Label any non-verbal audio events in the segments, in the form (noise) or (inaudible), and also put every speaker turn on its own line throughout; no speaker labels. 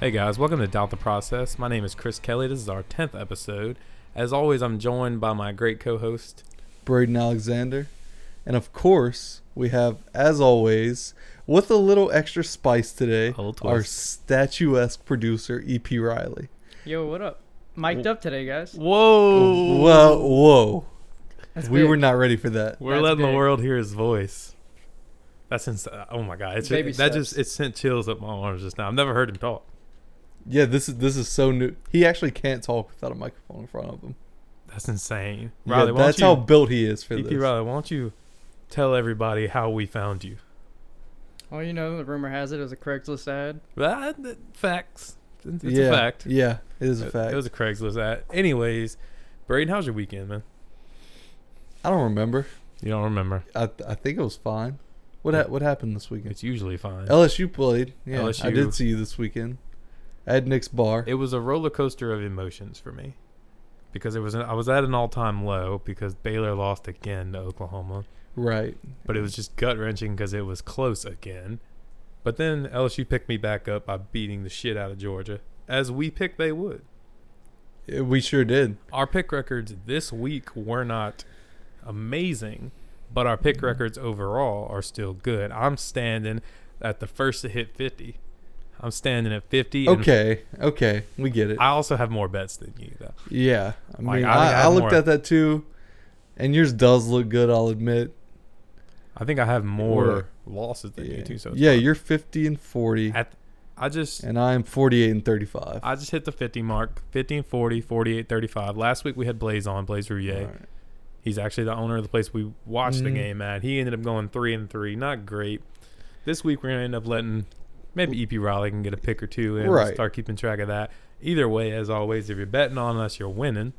Hey guys, welcome to Doubt the Process. My name is Chris Kelly. This is our 10th episode. As always, I'm joined by my great co host.
Braden Alexander. And of course, we have, as always, with a little extra spice today,
A little
our
twist.
statuesque producer, E.P. Riley.
Yo, what up? Mic'd up today, guys.
Whoa!
Whoa, whoa.
That's
we
big.
were not ready for that.
We're
That's
letting the
big.
world hear his voice. That's insane. Oh my god! It's
Baby
just, that
steps.
just it sent chills up my arms just now. I've never heard him talk.
Yeah, this is this is so new. He actually can't talk without a microphone in front of him.
That's insane,
Yeah,
Riley.
that's how
why
built he is for
don't you,
this.
EP Riley? Why don't you tell everybody how we found you?
Well, you know, the rumor has it it was a Craigslist ad.
Well, I- facts. It's
yeah,
a fact.
Yeah, it is a fact.
It was a Craigslist ad. Anyways, Braden, how's your weekend, man?
I don't remember.
You don't remember?
I I think it was fine. What ha- what happened this weekend?
It's usually fine.
LSU played. Yeah, I
LSU.
did see you this weekend at Nick's bar.
It was a roller coaster of emotions for me because it was an, I was at an all time low because Baylor lost again to Oklahoma,
right.
but it was just gut wrenching because it was close again. But then LSU picked me back up by beating the shit out of Georgia, as we picked they would.
Yeah, We sure did.
Our pick records this week were not amazing, but our pick records overall are still good. I'm standing at the first to hit 50. I'm standing at 50. and
Okay. Okay. We get it.
I also have more bets than you, though.
yeah. I
Like, I
mean,
think I
I, I
have
looked
more.
at that too, and yours does look good. I'll admit.
I think I have more
Or-
losses than
Yeah,
you do. So it's
yeah
fine.
you're 50 and 40,
At, I just
and I'm 48 and 35.
I just hit the 50 mark, 15, 40, 48, 35. Last week we had Blaze on, Blaze Rouillet.
Alright.
He's actually the owner of the place we watched the
Mhm.
game at. He ended up going three and three, not great. This week we're gonna end up letting maybe EP Riley can get a pick or two and
Right.
start keeping track of that. Either way, as always, if you're betting on us, you're winning.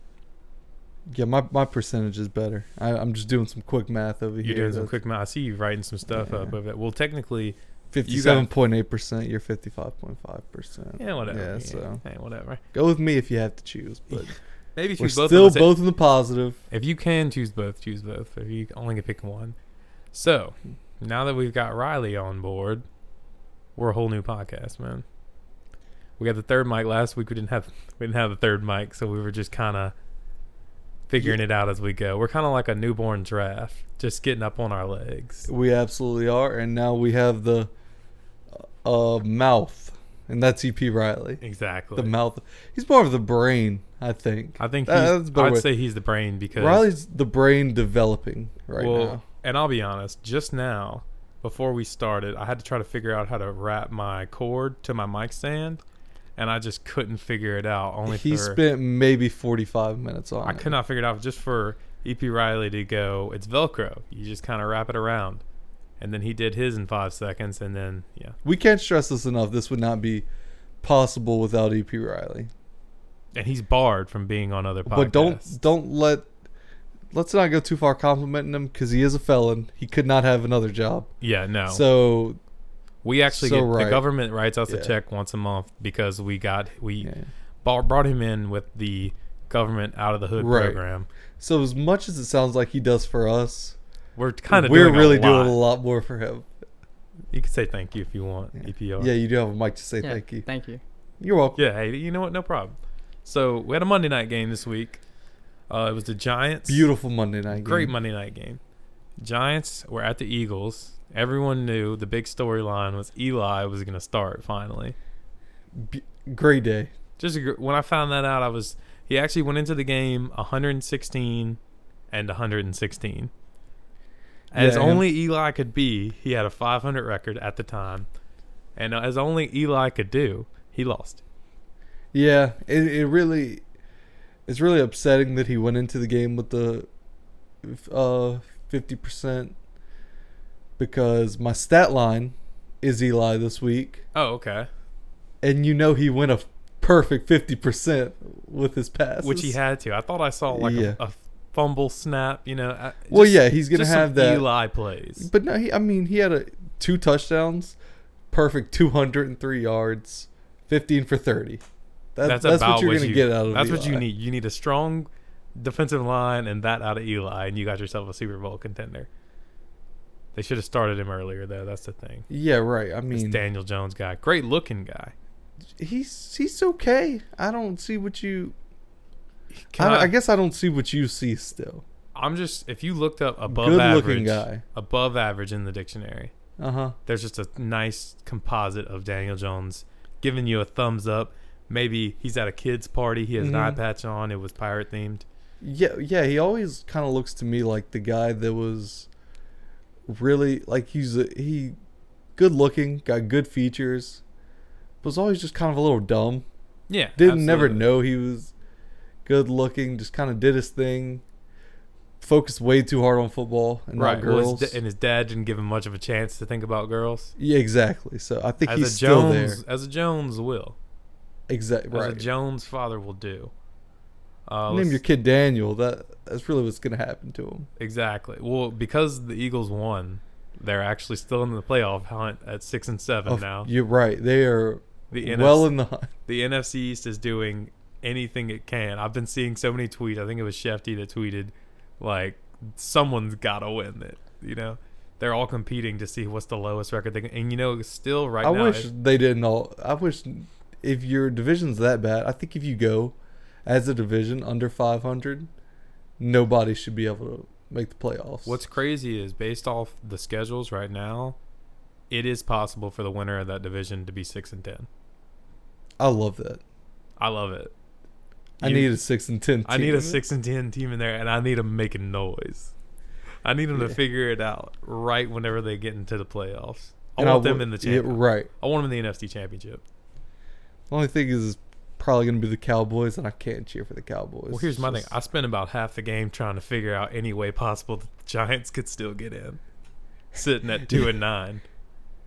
Yeah, my, my percentage is better. I, I'm just doing some quick math over
You're
here.
doing some
That's
quick math. I see you writing some stuff
Yeah.
up of it. Well, technically,
57.8%. You're 55.5%.
yeah, whatever.
Yeah,
Yeah,
so
Hey, whatever.
go with me if you have to choose. But
Maybe (laughs) if
we're
you both
still
on the sa-
both in the positive.
If you can choose both, choose both. If you only can pick one. So now that we've got Riley on board, we're a whole new podcast, man. We got the third mic last week. We didn't have we didn't have the third mic, so we were just kind of figuring it out as we go. We're kind of like a newborn draft, just getting up on our legs.
We absolutely are, and now we have the uh, mouth, and that's E.P. Riley.
Exactly.
The mouth. He's more of the brain, I think.
I think
That-
he's,
that's a better
I'd
way.
say he's the brain because
Riley's the brain developing right now.
And I'll be honest, just now, before we started, I had to try to figure out how to wrap my cord to my mic stand, and I just couldn't figure it out. Only
He
for
spent maybe 45 minutes on
I
it.
could not figure it out just for EP Riley to go. It's Velcro. You just kind of wrap it around, and then he did his in five seconds, and then yeah,
We can't stress this enough. This would not be possible without E.P. Riley.
and he's barred from being on other podcasts.
But don't don't let let's not go too far complimenting him because he is a felon. He could not have another job.
yeah, no.
So
we actually
so
get, the
right.
government writes us
Yeah.
a check once a month because we got we
yeah.
bar- brought him in with the government out of the hood
Right.
program.
so as much as it sounds like he does for us,
We're kind of
we're
doing
really
a lot.
doing a lot more for him.
You can say thank you if you want. EPR.
Yeah, you do have a mic to say
Yeah,
thank you.
Thank you.
You're welcome.
Yeah. Hey, you know what? No problem. So we had a Monday night game this week. Uh, it was the Giants.
Beautiful Monday night. Game.
Great Monday night game. Giants were at the Eagles. Everyone knew the big storyline was Eli was going to start finally.
Great day.
Just a gr- when I found that out, I was he actually went into the game 116 and 116. As
Yeah, and-
only Eli could be, he had a 500 record at the time, and uh, as only Eli could do, he lost.
Yeah, it, it really, it's really upsetting that he went into the game with the, uh, fifty percent. Because my stat line, is Eli this week,
Oh, okay.
and you know he went a perfect fifty percent with his passes.
Which he had to. I thought I saw like
Yeah.
a, a fumble snap. You know. I-
Well,
just-
yeah, he's gonna
just some
have that.
Eli plays.
But no, he, I mean, he had a two touchdowns, perfect 203 yards, 15 for 30. That,
that's,
that's,
about
what you're going
you,
to get out of
That's what you
Eli.
need. You need a strong defensive line and that out of Eli, and you got yourself a Super Bowl contender. They should have started him earlier, though. That's the thing.
Yeah, right. I
This
mean,
Daniel Jones guy, great looking guy.
he's he's okay. I don't see what you.
Can
I,
I,
I guess I don't see what you see still.
am just if you looked up above
Good
average,
looking guy.
above average in the dictionary,
Uh huh.
there's just a nice composite of Daniel Jones giving you a thumbs up. Maybe he's at a kid's party. He has an eye
Mhm.
patch on. It was pirate themed.
Yeah, yeah. He always kind of looks to me like the guy that was really like he's a, he good looking, got good features, but was always just kind of a little dumb.
Yeah,
Didn't never
absolutely.
know he was good looking. Just kind of did his thing. Focused way too hard on football and
Right,
not
well,
girls.
his da- and his dad didn't give him much of a chance to think about girls.
yeah, exactly. So I think
As
he's
a
still there.
Jones, as a Jones will,
Exactly.
as a
Right.
Jones father will do. Uh,
Name
let's-
your kid Daniel. That that's really what's gonna happen to him.
Exactly. Well, because the Eagles won, they're actually still in the playoff hunt at six and seven
Oh,
now.
You're right. They are
The NFC,
well in the hunt.
the NFC East is doing anything it can. I've been seeing so many tweets. I think it was Shefty that tweeted, like, someone's got to win it. You know, they're all competing to see what's the lowest record they can. And you know, still right
I
now,
wish
it-
they didn't all. I wish if your division's that bad, I think if you go as a division under 500, nobody should be able to make the playoffs.
what's crazy is based off the schedules right now, it is possible for the winner of that division to be six and ten.
I love that.
I love it.
I
You-
need a six and ten. Team.
I need a six and ten team in there, and I need them making noise. I need them to
Yeah.
figure it out right whenever they get into the playoffs. I
And
want
wo-
them in the
yeah,
champ.
right.
I want them in the NFC championship.
The only thing is, it's probably gonna be the Cowboys, and I can't cheer for the Cowboys.
Well, here's
It's
my thing.
just-
I spent about half the game trying to figure out any way possible that the Giants could still get in, sitting at two and nine.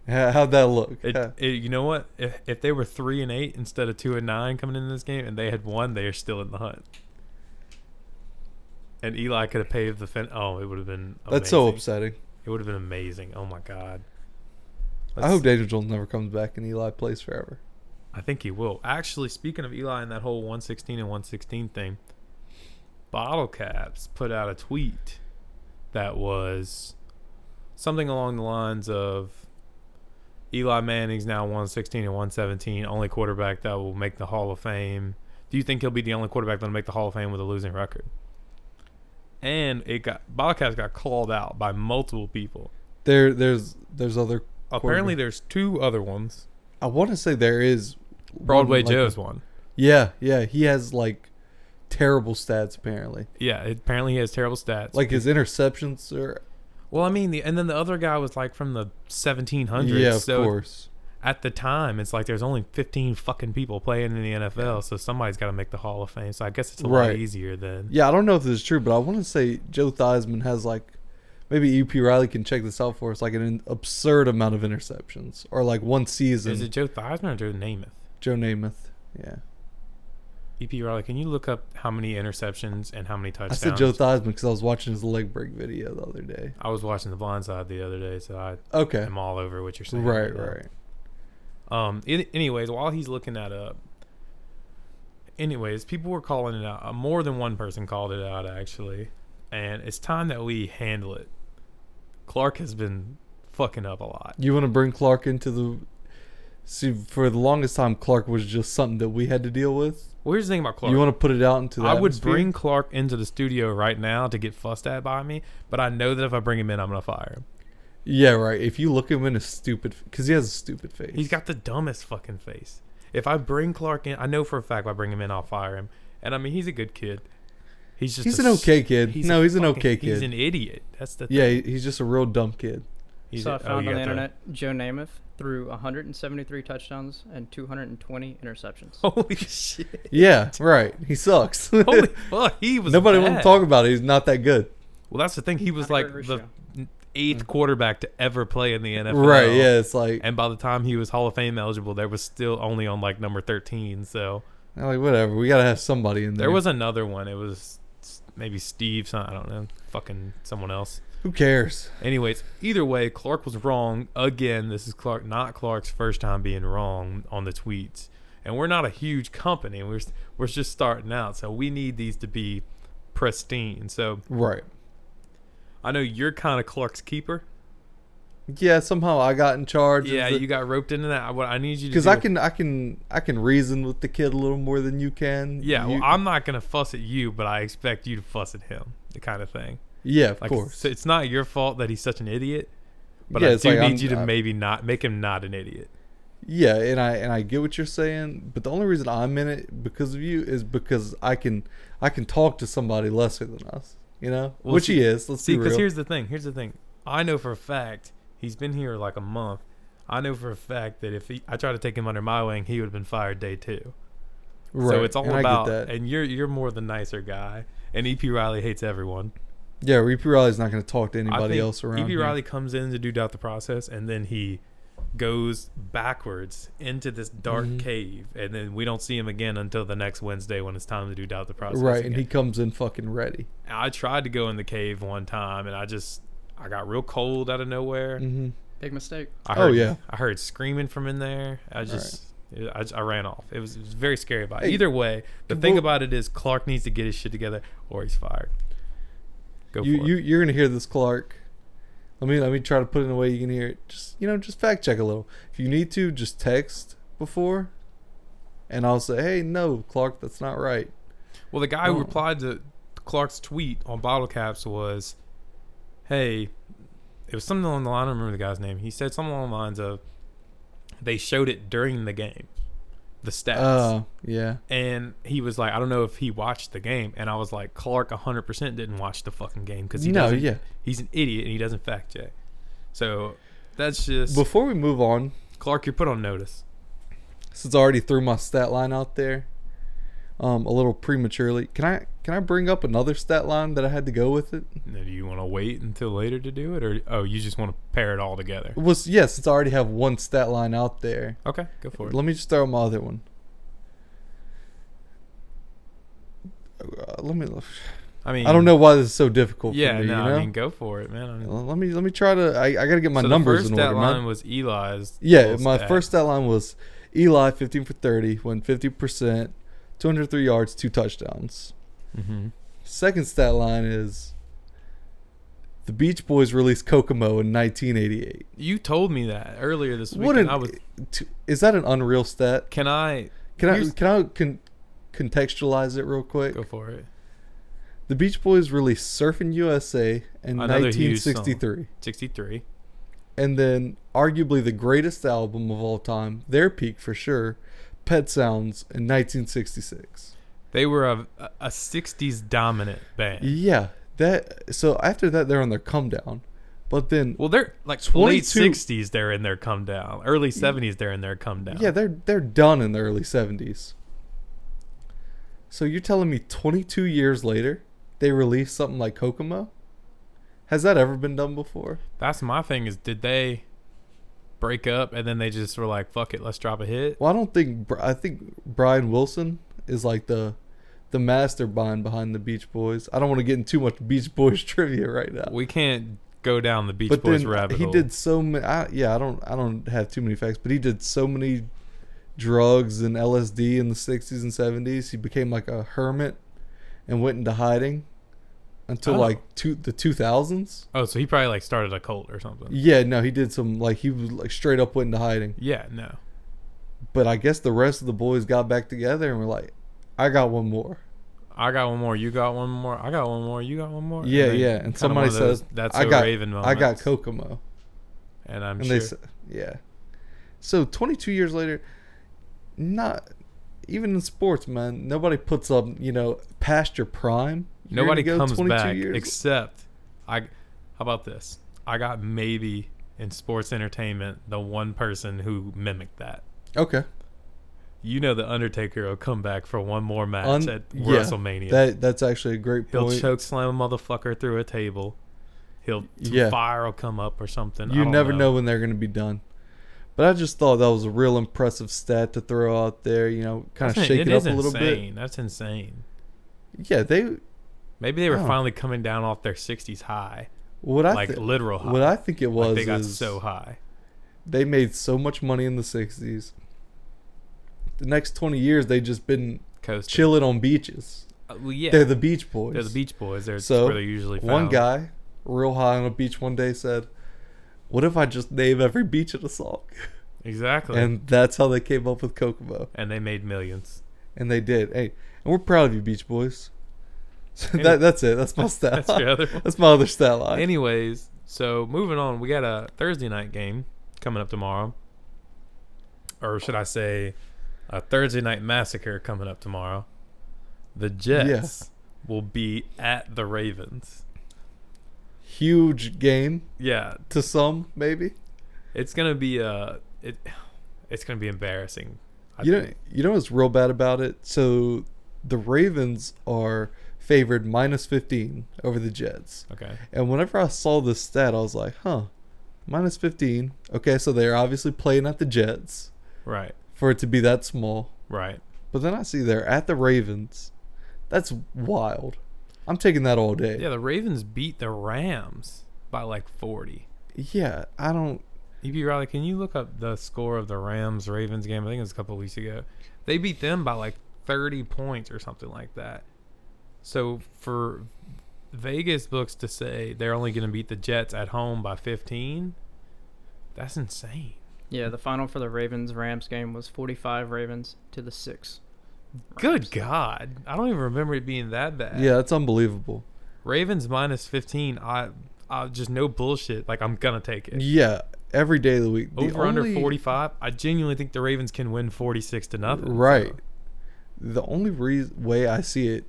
How- How'd that look?
It, it- you know what? If, if they were three and eight instead of two and nine coming into this game, and they had won, they are still in the hunt. And Eli could have paved the fin. Oh, it would have been.
That's so
amazing.
upsetting.
It would have been amazing. Oh my god.
I
That's-
hope Daniel Jones never comes back and Eli plays forever.
I think he will. Actually, speaking of Eli and that whole 116 and 116 thing, Bottle Caps put out a tweet that was something along the lines of Eli Manning's now 116 and 117, only quarterback that will make the Hall of Fame. Do you think he'll be the only quarterback that'll make the Hall of Fame with a losing record? And it got Bottle Caps got called out by multiple people.
There, there's, there's other.
Apparently,
quarterback-
there's two other ones.
I want to say there is one,
Broadway
like,
Joe's one.
Yeah, yeah, he has like terrible stats apparently.
Yeah, it- apparently he has terrible stats.
Like his interceptions are.
well, I mean, the, and then the other guy was like from the 1700s.
Yeah, of
so
course.
at the time, it's like there's only 15 fucking people playing in the NFL, so somebody's got to make the Hall of Fame. So I guess it's a lot
Right.
easier then.
Yeah, I don't know if this is true, but I want to say Joe Theismann has like maybe EP Riley can check this out for us. Like an absurd amount of interceptions, or like one season.
Is it Joe Theismann or Joe Namath?
Joe Namath? Yeah,
EP Riley, can you look up how many interceptions and how many
I
touchdowns?
said Joe Theismann because I was watching his leg break video the other day.
I was watching The Blind Side the other day, so I
Okay,
am all over what you're saying.
right,
now.
right.
Um. an- anyways, while he's looking that up, anyways, people were calling it out. Uh, More than one person called it out actually, and it's time that we handle it. Clark has been fucking up a lot.
You want to bring Clark into the. See, for the longest time, Clark was just something that we had to deal with.
Well, here's the thing about Clark.
You want to put it out into the
I would
atmosphere?
bring Clark into the studio right now to get fussed at by me, but I know that if I bring him in, I'm gonna fire him.
Yeah, right. If you look him in a stupid, because he has a stupid face.
He's got the dumbest fucking face. If I bring Clark in, I know for a fact if I bring him in, I'll fire him. And I mean, he's a good kid. He's just
He's
a
an
s-
okay kid.
he's
no,
a
he's an
fucking-
okay
He's
kid.
an idiot. That's the
yeah, he- he's just a real dumb kid.
He's
so I
a- oh,
found
you
on the
got
internet Joe Namath threw 173 touchdowns and 220 interceptions.
(laughs) Holy
(laughs)
shit!
Yeah, right. He sucks. (laughs)
Holy fuck! He was
Nobody
bad.
want to talk about it. He's not that good.
Well, that's the thing. He was
Not a
like
great
the
ratio.
eighth quarterback to ever play in the NFL.
Mm. Right? Yeah, it's like,
And by the time he was Hall of Fame eligible, there was still only on like number thirteen. So
I'm like whatever. We gotta have somebody in there.
there was another one. It was s- maybe Steve. Some, I don't know. Fucking someone else.
who cares?
Anyways, either way, Clark was wrong again. This is Clark, not Clark's first time being wrong on the tweets. And we're not a huge company. We're s- we're just starting out, so we need these to be pristine. So
Right.
I know you're kind of Clark's keeper.
yeah, somehow I got in charge.
Yeah, you got roped into that. What I need you to
because I
do-
can I can I can reason with the kid a little more than you can.
Yeah,
You-
well, I'm not gonna fuss at you, but I expect you to fuss at him. The kind of thing.
yeah, of
Like,
course.
So it's not your fault that he's such an idiot, but
Yeah,
I
it's
do
like
need
I'm-
you to
I-
maybe not make him not an idiot.
Yeah, and I and I get what you're saying, but the only reason I'm in it because of you is because I can I can talk to somebody lesser than us, you know,
Well,
which
see-
he is. Let's
See,
be
because
real.
here's the thing. Here's the thing. I know for a fact he's been here like a month. I know for a fact that if he, I tried to take him under my wing, he would have been fired day two. So it's all
and I get
about.
that.
And you're you're more the nicer guy. And EP Riley hates everyone.
yeah. EP Riley's not going to talk to
I
anybody
think
else around.
E.B.
here.
Riley comes in to do doubt the process, and then he goes backwards into this dark
Mhm.
cave, and then we don't see him again until the next Wednesday when it's time to do doubt the process.
right?
again.
And he comes in fucking ready.
I tried to go in the cave one time, and I just I got real cold out of nowhere.
Mm-hmm.
Big mistake.
I
Oh,
heard,
yeah.
I heard screaming from in there. I
Right.
just. I, just- I ran off. It was, it was very scary. About it.
Hey,
either way, the thing
well-
about it is Clark needs to get his shit together, or he's fired. Go
you,
for it.
you you're gonna hear this, Clark. Let me let me try to put it in a way you can hear it. Just you know, just fact check a little. If you need to, just text before, and I'll say, hey, no, Clark, that's not right.
Well, the guy who
Oh.
replied to Clark's tweet on bottle caps was, "Hey, it was something along the line. I don't remember the guy's name. He said something along the lines of, they showed it during the game, the stats,
Oh yeah,
and he was like, I don't know if he watched the game, and I was like, Clark 100 percent didn't watch the fucking game because he
no
doesn't.
yeah.
He's an idiot and he doesn't fact check. So that's just
Before we move on,
Clark. You're put on notice.
since I already threw my stat line out there, um, a little prematurely, can I can I bring up another stat line that I had to go with it?
Now, do you want to wait until later to do it, or oh, you just want to pair it all together?
it was yes, since I already have one stat line out there.
Okay, go for it.
Let me just throw my other one. Uh, let me.
I mean,
I don't know why this is so difficult.
Yeah,
for me,
no,
you know?
I mean, go for it, man. I mean,
L- let me let me try to. I, I gotta get my
so
numbers
the first
in order.
stat line
man.
was Eli's.
yeah,
little
my
stat.
first stat line was Eli fifteen for thirty, went fifty percent, two hundred three yards, two touchdowns.
Mhm.
Second stat line is the Beach Boys released Kokomo in nineteen eighty eight.
You told me that earlier this week.
What an
I was.
t- is that an unreal stat?
Can I
Can I
Here's-
can I con- contextualize it real quick?
go for it?
The Beach Boys released Surfin' USA in
Another huge song.
1963.
Sixty-three.
And then, arguably the greatest album of all time, their peak for sure, Pet Sounds in 1966.
They were a a '60s dominant band.
Yeah, that. So after that, they're on their come down. But then,
Well, they're like
22
late '60s. They're in their come down. Early '70s. They're in their come down.
yeah, they're they're done in the early 70s. So you're telling me 22 years later, they released something like Kokomo? Has that ever been done before?
That's my thing. Is did they break up and then they just were like, "Fuck it, let's drop a hit."
Well, I don't think Bri- I think Brian Wilson is like the the mastermind behind the Beach Boys. I don't want to get into too much Beach Boys (laughs) trivia right now.
We can't go down the Beach
but
Boys
then uh,
rabbit
he
hole.
did so many. I, yeah, I don't I don't have too many facts, but he did so many drugs and LSD in the '60s and '70s. He became like a hermit and went into hiding until
Oh.
like two the 2000s.
Oh, so he probably like started a cult or something.
Yeah, no, he did some like he was like straight up went into hiding.
Yeah. No.
But I guess the rest of the boys got back together and were like, "I got one more."
I got one more. You got one more. I got one more. You got one more.
Yeah,
then
yeah, and
kinda
somebody
one of those
says,
"That's
I
a
got-
Raven moment."
I got Kokomo,
and I'm
and
sure.
they said, "Yeah." So 22 years later, not even in sports, man. Nobody puts up, you know, past your prime. You're
Nobody
gonna go
comes
22
back
years-
except I. How about this? I got maybe in sports entertainment the one person who mimicked that.
okay,
You know, the Undertaker will come back for one more match
Un-
at
yeah,
WrestleMania.
that that's actually a great
He'll
point.
choke slam a motherfucker through a table. He'll some
Yeah.
fire will come up or something. I
you
don't
never know. when they're gonna be done. But I just thought that was a real impressive stat to throw out there. You know, kind
That's
of
in-
shake it, up
is
a little
insane. That's insane.
bit. Yeah, they.
Maybe they were
Oh.
finally coming down off their 60s high,
What I
like
thi-
literal high.
what I think it was
like they got
is
so high.
they made so much money in the 60s the next 20 years they just been
Coast.
chilling on beaches
Uh, well, yeah.
they're the beach boys
They're the Beach Boys. They're
So,
where they're usually found.
one guy real high on a beach one day said What if I just name every beach in a song?
Exactly. And,
And that's how they came up with Kokomo.
they made millions.
And they did. Hey, and we're proud of you, Beach Boys. (laughs) So
Any-
that, that's it. That's my
(laughs)
stat
That's
line.
your other one.
That's my other stat line.
Anyways, so moving on, we got a Thursday night game coming up tomorrow. Or should I say a Thursday night massacre coming up tomorrow. The Jets will be at the Ravens.
Huge game
Yeah,
to some, maybe.
it's going to be uh it it's going to be embarrassing. I
you know,
think.
you know what's real bad about it. So the Ravens are favored minus fifteen over the Jets.
Okay.
And whenever I saw this stat, I was like, huh, minus fifteen. Okay, so they're obviously playing at the Jets
Right.
for it to be that small.
Right.
But then I see they're at the Ravens. That's wild. I'm taking that all day.
Yeah, the Ravens beat the Rams by like 40.
Yeah, I don't.
E.B. Riley, can you look up the score of the Rams Ravens game? I think it was a couple of weeks ago. They beat them by like 30 points or something like that. So for Vegas books to say they're only going to beat the Jets at home by 15, that's insane.
Yeah, the final for the Ravens Rams game was 45 Ravens to the 6.
Good God. I don't even remember it being that bad.
Yeah, it's unbelievable.
Ravens minus 15. I, I just no bullshit. Like, I'm going to take it.
Yeah, every day of the week. The
over under
only-
45 i genuinely think the ravens can win 46 to nothing so-
Right. The only reason way I see it,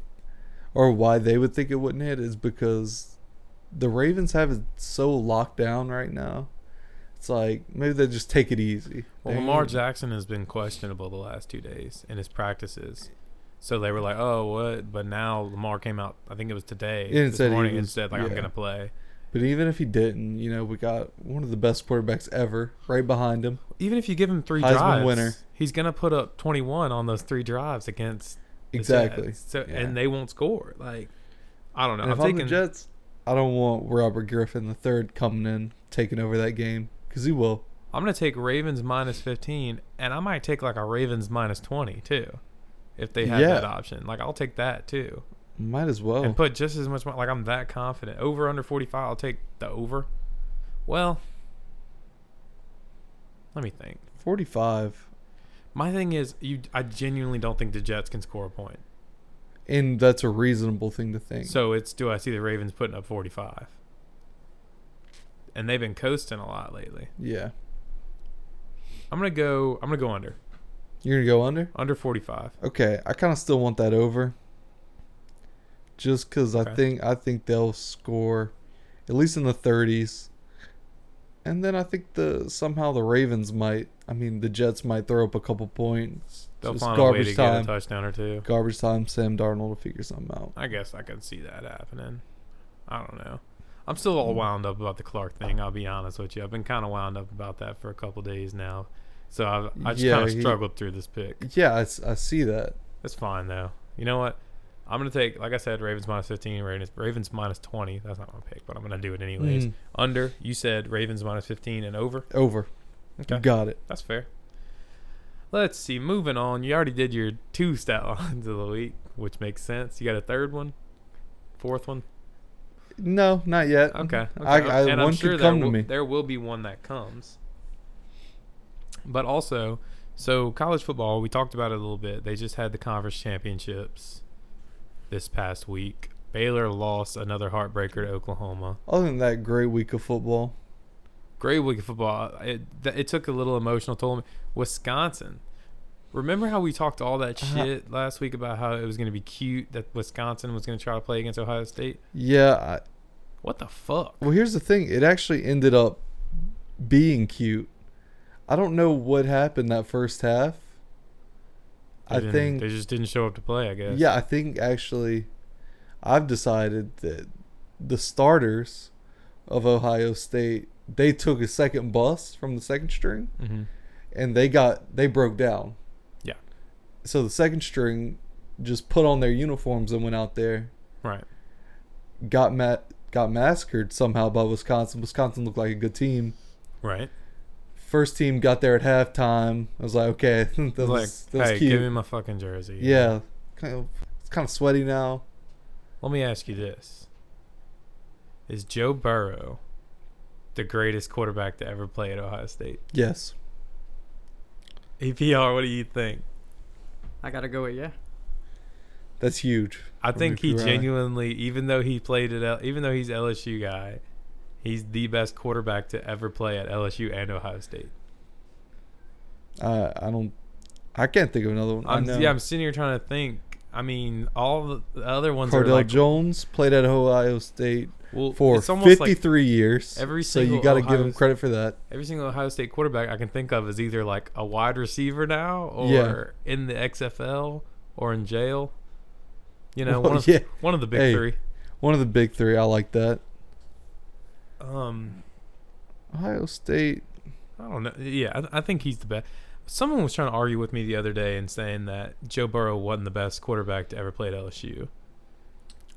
or why they would think it wouldn't hit, is because the Ravens have it so locked down right now. It's like maybe they just take it easy.
well
They-
lamar jackson has been questionable the last two days in his practices so they were like oh what but now lamar came out i think it was today
And it
this
said he
morning and
was-
said like i'm
yeah.
gonna play
But even if he didn't, you know, we got one of the best quarterbacks ever right behind him.
even if you give him three
Heisman
drives
winner.
he's gonna put up 21 on those three drives against the
Exactly.
Jets. so
Yeah.
and they won't score like i don't know
And
i'm
if I'm the
taking
Jets, I don't want Robert Griffin III coming in taking over that game because he will.
I'm gonna take Ravens minus fifteen, and I might take like a Ravens minus twenty too, if they have
Yeah.
that option. Like I'll take that too,
Might as well.
and put just as much. mon- Like I'm that confident. Over under forty five. I'll take the over. Well, let me think.
45,
My thing is, you. I genuinely don't think the Jets can score a point.
and that's a reasonable thing to think.
So it's do I see the Ravens putting up forty five? And they've been coasting a lot lately.
yeah,
I'm gonna go. I'm gonna go under
you're gonna go under.
under forty five.
Okay, I kind of still want that over. Just because I
Okay.
think I think they'll score, at least in the 30s, and then I think the somehow the Ravens might. I mean, the Jets might throw up a couple points.
They'll
Just
find a way
garbage
to get
time.
a touchdown or two.
Garbage time. Sam Darnold will figure something out.
I guess I could see that happening. I don't know. I'm still all wound up about the Clark thing. I'll be honest with you. I've been kind of wound up about that for a couple days now, so I've I just
Yeah,
kind of
he-
struggled through this pick.
Yeah, I, s- I see that.
That's fine though. You know what? I'm gonna take, like I said, Ravens minus 15, Ravens Ravens minus 20. That's not my pick, but I'm gonna do it anyways.
Mm.
Under. You said Ravens minus 15 and over.
Over.
Okay.
Got it.
That's fair. Let's see. Moving on. You already did your two stat (laughs) lines of the week, which makes sense. You got a third one, fourth one.
No, not yet.
Okay. okay.
I, I,
and
one
I'm sure
could
there
come to
will,
me.
There will be one that comes. But also, so college football, we talked about it a little bit. They just had the conference championships this past week. Baylor lost another heartbreaker to Oklahoma.
Other than that, great week of football.
Great week of football. It, th- it took a little emotional toll. Wisconsin. Remember how we talked all that
Uh-huh.
shit last week about how it was going to be cute that Wisconsin was going to try to play against Ohio State?
Yeah. I,
What the fuck?
well, here's the thing. It actually ended up being cute. I don't know what happened that first half.
They
I
didn't-
think.
they just didn't show up to play, I guess.
Yeah, I think actually, I've decided that the starters of Ohio State they took a second bus from the second string.
hmm
and they got they broke down.
Yeah.
So the second string just put on their uniforms and went out there,
Right.
got ma- got massacred somehow by Wisconsin. Wisconsin looked like a good team.
Right.
First team got there at halftime. I was like, okay, (laughs) that was,
like,
that was
hey,
cute.
give me my fucking jersey.
yeah, kind of it's kind of sweaty now.
Let me ask you this: Is Joe Burrow the greatest quarterback to ever play at Ohio State.
Yes.
APR, what do you think?
I gotta go with yeah.
That's huge.
I
From
think
Nick
he
Pirelli.
genuinely, even though he played at, L- even though he's LSU guy, he's the best quarterback to ever play at LSU and Ohio State.
I I don't. I can't think of another one. i
I'm,
know.
yeah, I'm sitting here trying to think. I mean, all the other ones
Cardell
are like,
Jones played at Ohio State
well,
for
it's almost like
53 years.
every
so you
single
got to give
Ohio
him
S-
credit for that.
every single Ohio State quarterback I can think of is either like a wide receiver now, or
Yeah.
in the XFL, or in jail. You
(laughs)
know,
Well,
one of
Oh, yeah.
one of the big
Hey.
three.
One of the big three. I like that.
Um,
Ohio State.
I don't know. Yeah, I, I think he's the best. Someone was trying to argue with me the other day and saying that Joe Burrow wasn't the best quarterback to ever play at LSU.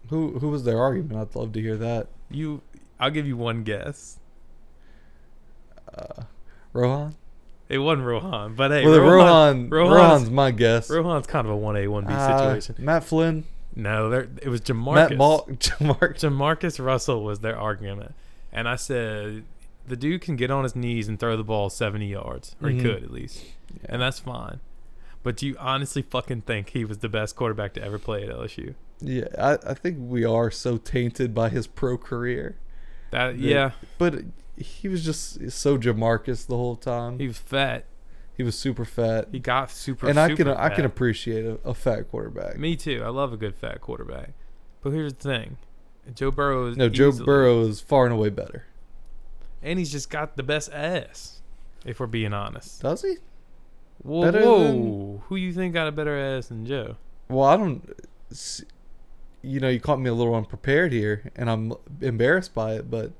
Who who was their argument? I'd love to hear that.
You, I'll give you one guess.
Uh, Rohan.
It wasn't Rohan, but hey,
well, the
Rohan-
Rohan.
Rohan's-
Rohan's my guess.
Rohan's kind of a one A one B
Uh,
situation.
Matt Flynn.
No, there it was Jamarcus.
Matt Ball. (laughs) Jamarcus.
Jamarcus Russell was their argument, and I said the dude can get on his knees and throw the ball seventy yards, or
Mhm.
he could at least, and
Yeah.
that's fine. But do you honestly fucking think he was the best quarterback to ever play at LSU?
Yeah, I, I think we are so tainted by his pro career.
That
The-
yeah,
But he was just so Jamarcus the whole time.
he
He,
was fat.
was super fat.
He got super.
and I
super
can I can
fat.
appreciate a, a fat quarterback.
Me too. I love a good fat quarterback. But here's the thing, Joe Burrow is
no, Joe
easily-
Burrow is far and away better.
and he's just got the best ass. If we're being honest.
Does he?
Whoa,
Better
whoa.
than-
who you think got a better ass than Joe?
Well, I don't. s- You know, you caught me a little unprepared here, and I'm embarrassed by it. But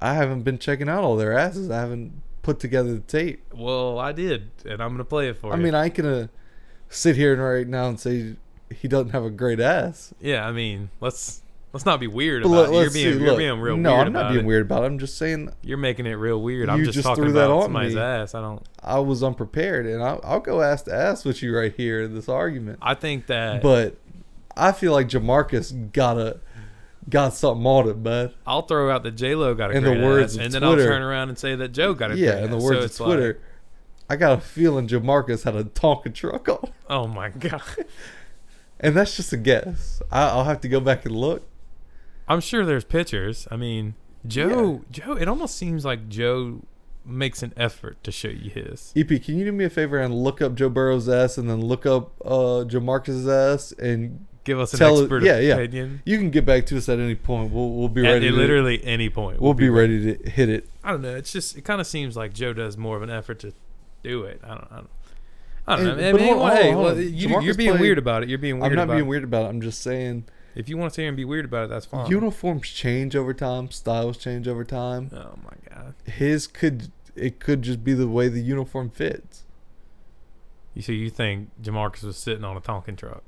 I haven't been checking out all their asses. I haven't put together the tape.
Well, I did, and I'm gonna play it for
I
you.
mean, I ain't gonna sit here and right now and say he doesn't have a great ass.
yeah, I mean, let's let's not be weird
But
about
let-
it. You're
let's
being
see,
you're
look.
being real
no,
weird
I'm
about
not being
it.
weird about it. I'm just saying
You're making it real weird. I'm
You
just,
just
talking
threw that
about
on
somebody's
me.
ass. I don't.
I was unprepared, and I'll, I'll go ass to ass with you right here in this argument.
I think that
But I feel like Jamarcus got a got something on it, bud.
I'll throw out that J Lo got a
In the
great
words
ass,
of
and then I'll
Twitter-
turn around and say that Joe got a
Yeah,
great
in the
ass.
words
So
of
it's like,
Twitter, I got a feeling Jamarcus had a Tonka truck on, it.
oh my (laughs) god!
and that's just a guess. I, I'll have to go back and look.
I'm sure there's pictures. I mean, Joe, Joe. It almost seems like Joe makes an effort to show you his.
EP, E can you do me a favor and look up Joe Burrow's ass, and then look up uh, Jamarcus's ass, and
Give us an
Tell-
expert
yeah, yeah.
opinion
you can get back to us at any point. We'll we'll be
at
ready. to-
literally any point.
we'll be ready to hit it.
I don't know. It's just it kind of seems like Joe does more of an effort to do it. I don't. I don't, I don't
Hey,
know. I
but
mean,
hold on,
well, hey,
hold on.
well, you,
Jamarcus
you're being
played-
weird about it. You're being weird
I'm not
about
being
it.
weird about it. I'm just saying
If you want to sit here and be weird about it, that's fine.
uniforms change over time, styles change over time.
oh my god!
His could it could just be the way the uniform fits.
You see, you think Jamarcus was sitting on a Tonkin truck?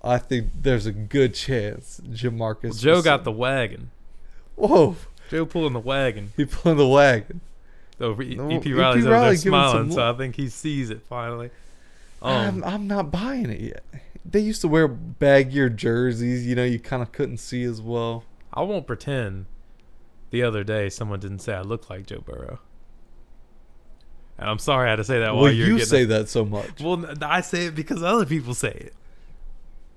I think there's a good chance
Well,
Jamarcus.
Joe
was-
got the wagon.
whoa.
Joe pulling the wagon.
He pulling the wagon.
Though E-
No,
EP
E.P.
Riley's over
Riley
there
giving
smiling,
some
so I
look.
think he sees it finally.
I'm,
Um,
I'm not buying it yet. They used to wear baggier jerseys. You know, you kind of couldn't see as well.
I won't pretend. The other day, someone didn't say I look like Joe Burrow, and I'm sorry I had to say that
well,
while you're
you
getting
say that so much.
Well, n- I say it because other people say it.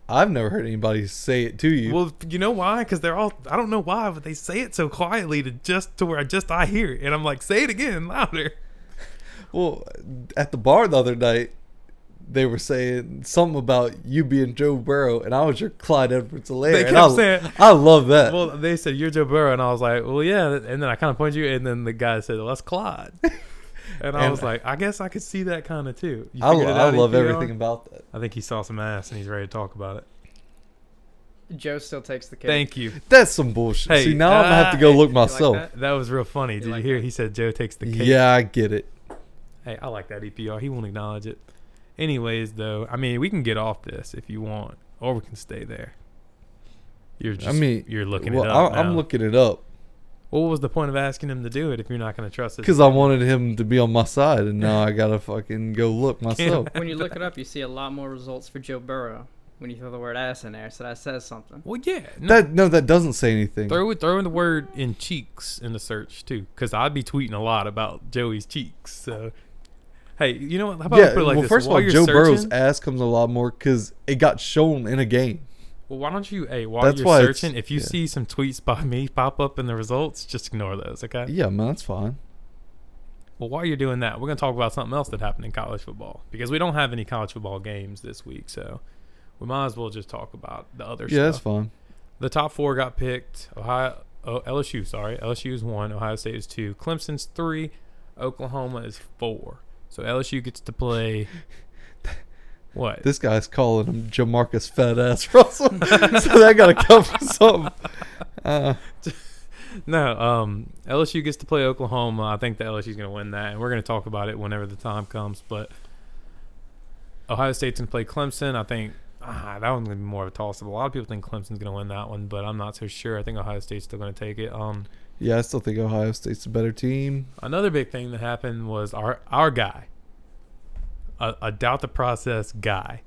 I've never heard anybody say it to you.
Well, you know why? Because they're all. I don't know why, but they say it so quietly to just to where I just I hear it, and I'm like, say it again louder.
Well, at the bar the other night, they were saying something about you being Joe Burrow, and I was your Clyde edwards helaire
They
and I,
kept saying-
I love that.
Well, they said you're Joe Burrow, and I was like, well, yeah. And then I kind of pointed you, and then the guy said, well, that's
(laughs)
Clyde. And I
And-
was like, I guess I could see that kind of too. You
I,
figured it
I
out,
love
EPR?
everything about that.
I think he saw some ass, and he's ready to talk about it.
Joe still takes the cake.
Thank you.
That's some bullshit.
Hey,
See, now I'm gonna have to
uh,
go
hey,
look
you like
myself.
that?
That was real funny. Did you,
like
hear?
that?
He said Joe takes the cake.
yeah, I get it.
Hey, I like that EPR. He won't acknowledge it. Anyways, though, I mean, we can get off this if you want, or we can stay there. You're just, I
mean,
mean, you're looking
well,
it up.
I, I'm
now.
looking it up
What was the point of asking him to do it if you're not going to trust us?
because I wanted him to be on my side,
(laughs)
and now I gotta fucking go look myself.
When you look it up, you see a lot more results for Joe Burrow when you throw the word ass in there, so that says something.
Well, yeah. No,
That no, that doesn't say anything.
throw it, throw in the word in cheeks in the search too, because I'd be tweeting a lot about Joey's cheeks. So, hey, you know what? How about we
yeah.
put it like
well,
this?
first of
While
all,
you're
Joe Burrow's
searching-
ass comes a lot more because it got shown in a game.
Well, why don't you, hey, while
That's
you're
why it's-
searching, if you
yeah.
see some tweets by me pop up in the results, just ignore those, okay?
Yeah, man, that's fine.
Well, while you're doing that, we're going to talk about something else that happened in college football because we don't have any college football games this week, so we might as well just talk about the other
Yeah, that's
stuff.
fine.
The top four got picked. Ohio, oh, LSU, sorry, LSU is one. Ohio State is two. Clemson's three. Oklahoma is four. So LSU gets to
(laughs)
play. What?
This guy's calling him Jamarcus fat
(laughs)
ass (laughs) Russell, so that gotta come from something. Uh,
(laughs) No, um, LSU gets to play Oklahoma. I think the LSU's going to win that, and we're going to talk about it whenever the time comes. But Ohio State's going to play Clemson. I think ah, that one's going to be more of a toss-up. A lot of people think Clemson's going to win that one, but I'm not so sure. I think Ohio State's still going to take it. Um,
yeah, I still think Ohio State's a better team.
another big thing that happened was our our guy, a, a doubt the process guy,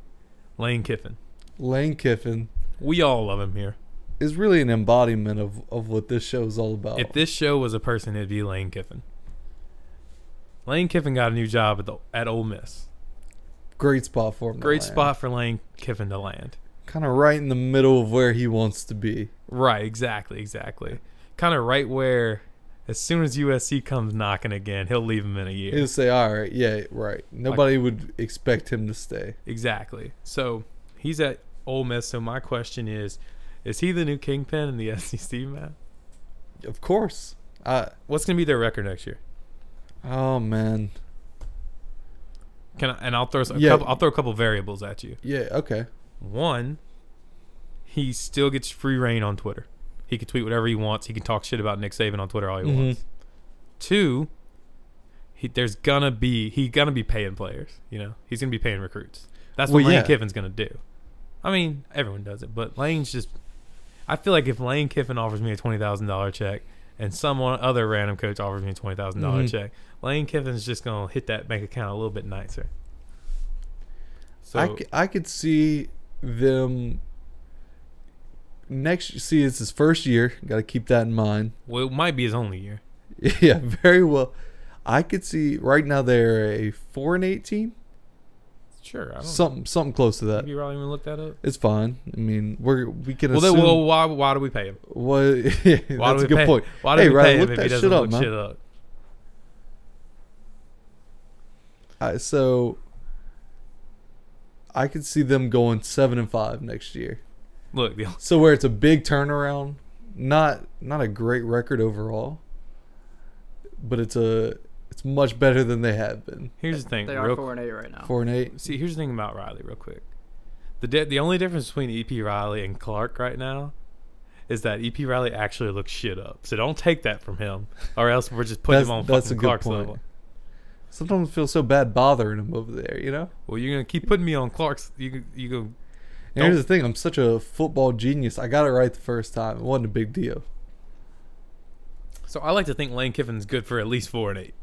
Lane Kiffin.
Lane Kiffin
We all love him here.
is really an embodiment of, of what this show is all about.
If this show was a person, it'd be Lane Kiffin. Lane Kiffin got a new job at the at Ole Miss.
Great spot for him.
Great spot for Lane Kiffin to land.
Kind of right in the middle of where he wants to be.
Right, exactly, exactly. Kind of right where, as soon as USC comes knocking again, he'll leave him in a year.
He'll say, "All right, yeah, right." Nobody would expect him to stay.
exactly. So he's at Ole Miss. So my question is, is he the new kingpin in the (laughs) E SEC, man?
Of course. I
What's gonna be their record next year?
oh man.
Can I, and I'll throw a
Yeah.
couple, I'll throw a couple variables at you.
Yeah. Okay.
One, he still gets free reign on Twitter. He can tweet whatever he wants. He can talk shit about Nick Saban on Twitter all he
Mhm.
wants. Two, he, there's gonna be he gonna be paying players. You know, he's gonna be paying recruits. That's what
Well,
Lane
yeah.
Kiffin's gonna do. I mean, everyone does it, but Lane's just. I feel like if Lane Kiffin offers me a twenty thousand dollar check and someone other random coach offers me a twenty
Mhm.
dollars check, Lane Kiffin's just gonna hit that bank account a little bit nicer. So
I, c- I could see them next. See, it's his first year. Got to keep that in mind. (laughs)
well, it might be his only year.
Yeah, very well. I could see right now they're a four and eight team.
Sure, I don't
Something something close to that.
Maybe Raleigh even look that up.
It's fine. I mean, we're we can
Well, then,
assume.
well, why why do we pay him?
what, (laughs)
Why
that's
do
a
we
good
pay,
point.
Why do
Hey,
we
Ryan,
pay
look
him if
that
he doesn't
shit up,
look
man.
shit up?
Uh, so I could see them going seven and five next year.
Look, the,
So where it's a big turnaround, not not a great record overall, but it's a it's much better than they have been.
here's the thing.
They are
real-
four and eight right now.
Four and eight.
see, here's the thing about Riley, real quick. The di- the only difference between EP Riley and Clark right now is that EP Riley actually looks shit up. So don't take that from him, or else we're just putting
That's-
him on
that's
fucking
a good
Clark's
point.
level.
Sometimes I feel so bad bothering them over there, you know.
Well, you're gonna keep putting me on Clark's. You you go.
And here's the thing: I'm such a football genius. I got it right the first time. It wasn't a big deal.
So I like to think Lane Kiffin's good for at least four and eight.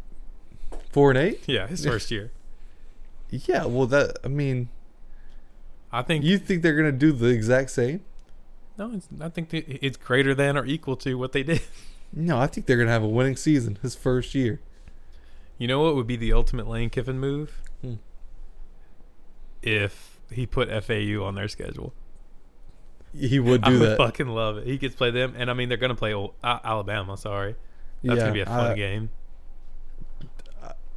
Four and eight.
Yeah, his first year.
Yeah. Well, that I mean, (laughs)
I think
you think they're gonna do the exact same?
no, it's, I think that it's greater than or equal to what they (laughs) did.
No, I think they're gonna have a winning season his first year.
You know what would be the ultimate Lane Kiffin move?
Hmm.
If he put FAU on their schedule,
He would
I
do
would
that.
fucking love it. He gets to play them, and I mean they're gonna play Al- Al- Alabama. Sorry, that's
yeah,
gonna be a fun
I-
game.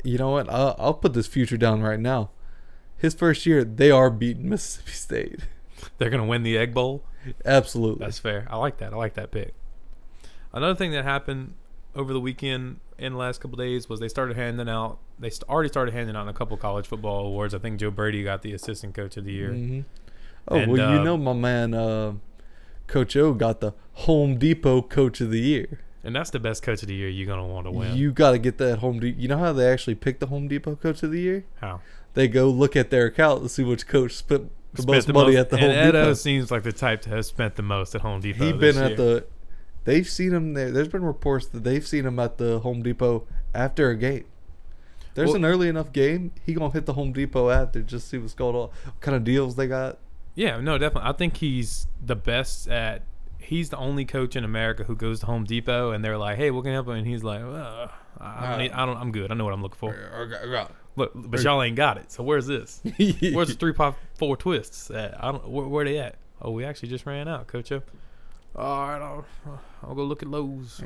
You know what? I'll, I'll put this future down right now. His first year, they are beating (laughs) Mississippi State.
They're gonna win the Egg Bowl.
Absolutely.
That's fair. I like that. I like that pick. Another thing that happened over the weekend and the last couple days was they started handing out. They st- already started handing out a couple college football awards. I think Joe Brady got the assistant coach of the year.
Mhm. Oh
And,
well,
uh,
you know my man, uh, Coach O got the Home Depot Coach of the Year.
And that's the best coach of the year you're gonna want to win.
You got to get that Home Depot. You know how they actually pick the Home Depot Coach of the Year?
How?
They go look at their account to see which coach spent the
Spent
most money at the
and
Home
Edo
Depot.
seems like the type to have spent the most at Home Depot.
He
this
been at
year.
the. They've seen him there. There's been reports that they've seen him at the Home Depot after a game. There's
Well-
an early enough game. He gonna hit the Home Depot after just see what's going on, what kind of deals they got.
Yeah, no, definitely. I think he's the best at. He's the only coach in America who goes to Home Depot and they're like, "Hey, what can I help?" you?" And he's like, "Uh, I,
Uh,
don't need, I don't. I'm good. I know what I'm looking for.
Yeah.
Look, but y'all ain't got it. So where's
(laughs)
this? (laughs) Where's the three pop four twists at? I don't. Where, where they at? Oh, we actually just ran out, Coach. O. All right, I'll, I'll go look at Lowe's.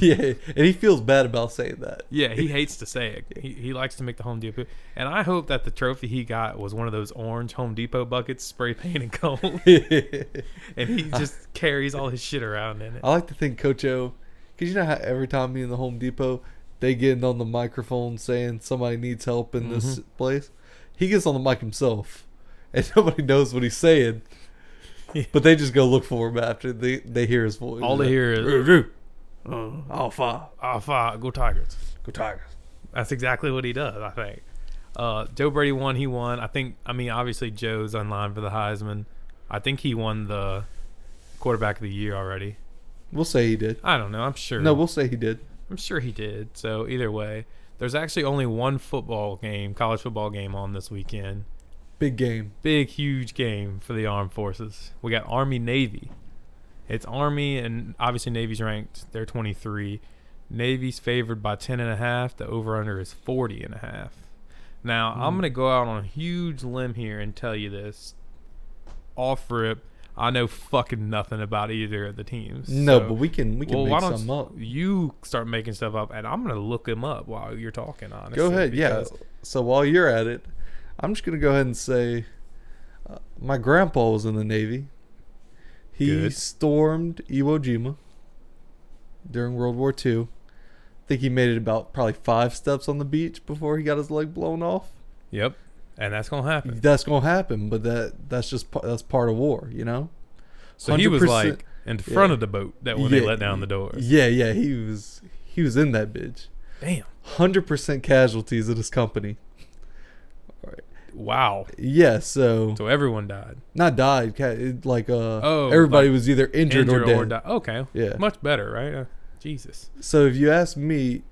yeah, and he feels bad about saying that.
Yeah, he hates to say it. He, he likes to make the Home Depot. And I hope that the trophy he got was one of those orange Home Depot buckets spray painted gold. (laughs) and he just carries all his shit around in it.
I like to think Coach O, because you know how every time me in the Home Depot, they get on the microphone saying somebody needs help in this
Mm-hmm.
place. He gets on the mic himself, and (laughs) nobody knows what he's saying.
Yeah.
But they just go look for him after they they hear his voice.
All they hear is,
Roo, roo. all five.
ah, fuck, go Tigers.
Go Tigers.
That's exactly what he does, I think. Uh, Joe Brady won. He won. I think, I mean, obviously, Joe's online for the Heisman. I think he won the quarterback of the year already.
(laughs) We'll say he did.
I don't know. I'm sure.
No, we'll say he did.
I'm sure he did. So either way, there's actually only one football game, college football game on this weekend.
Big game.
Big, huge game for the armed forces. We got Army Navy. It's Army and obviously Navy's ranked. They're 23. Navy's favored by 10 and a half. The over under is 40 and a half. Now, I'm
Mm.
going to go out on a huge limb here and tell you this. Off rip, I know fucking nothing about either of the teams.
No,
so-
but we can we can
well, why
make
don't
some up.
you start making stuff up, and I'm gonna look them up while you're talking. Honestly,
Go ahead. Yeah.
because-
So while you're at it, I'm just gonna go ahead and say, uh, my grandpa was in the Navy. He
Good.
stormed Iwo Jima during World War II. I think he made it about probably five steps on the beach before he got his leg blown off.
Yep, and that's gonna happen.
That's gonna happen, but that that's just pa- that's part of war, you know.
So he was
100%
like in front
yeah.
of the boat that when they
Yeah,
let down the doors.
Yeah, yeah, he was he was in that bitch.
Damn!
Hundred percent casualties of this company.
Wow.
Yeah, so
So everyone died,
not died, ca- it- like uh,
Oh,
everybody
like
was either injured, or dead.
died. Okay,
Yeah.
much better, right? Uh, Jesus.
So if you ask me,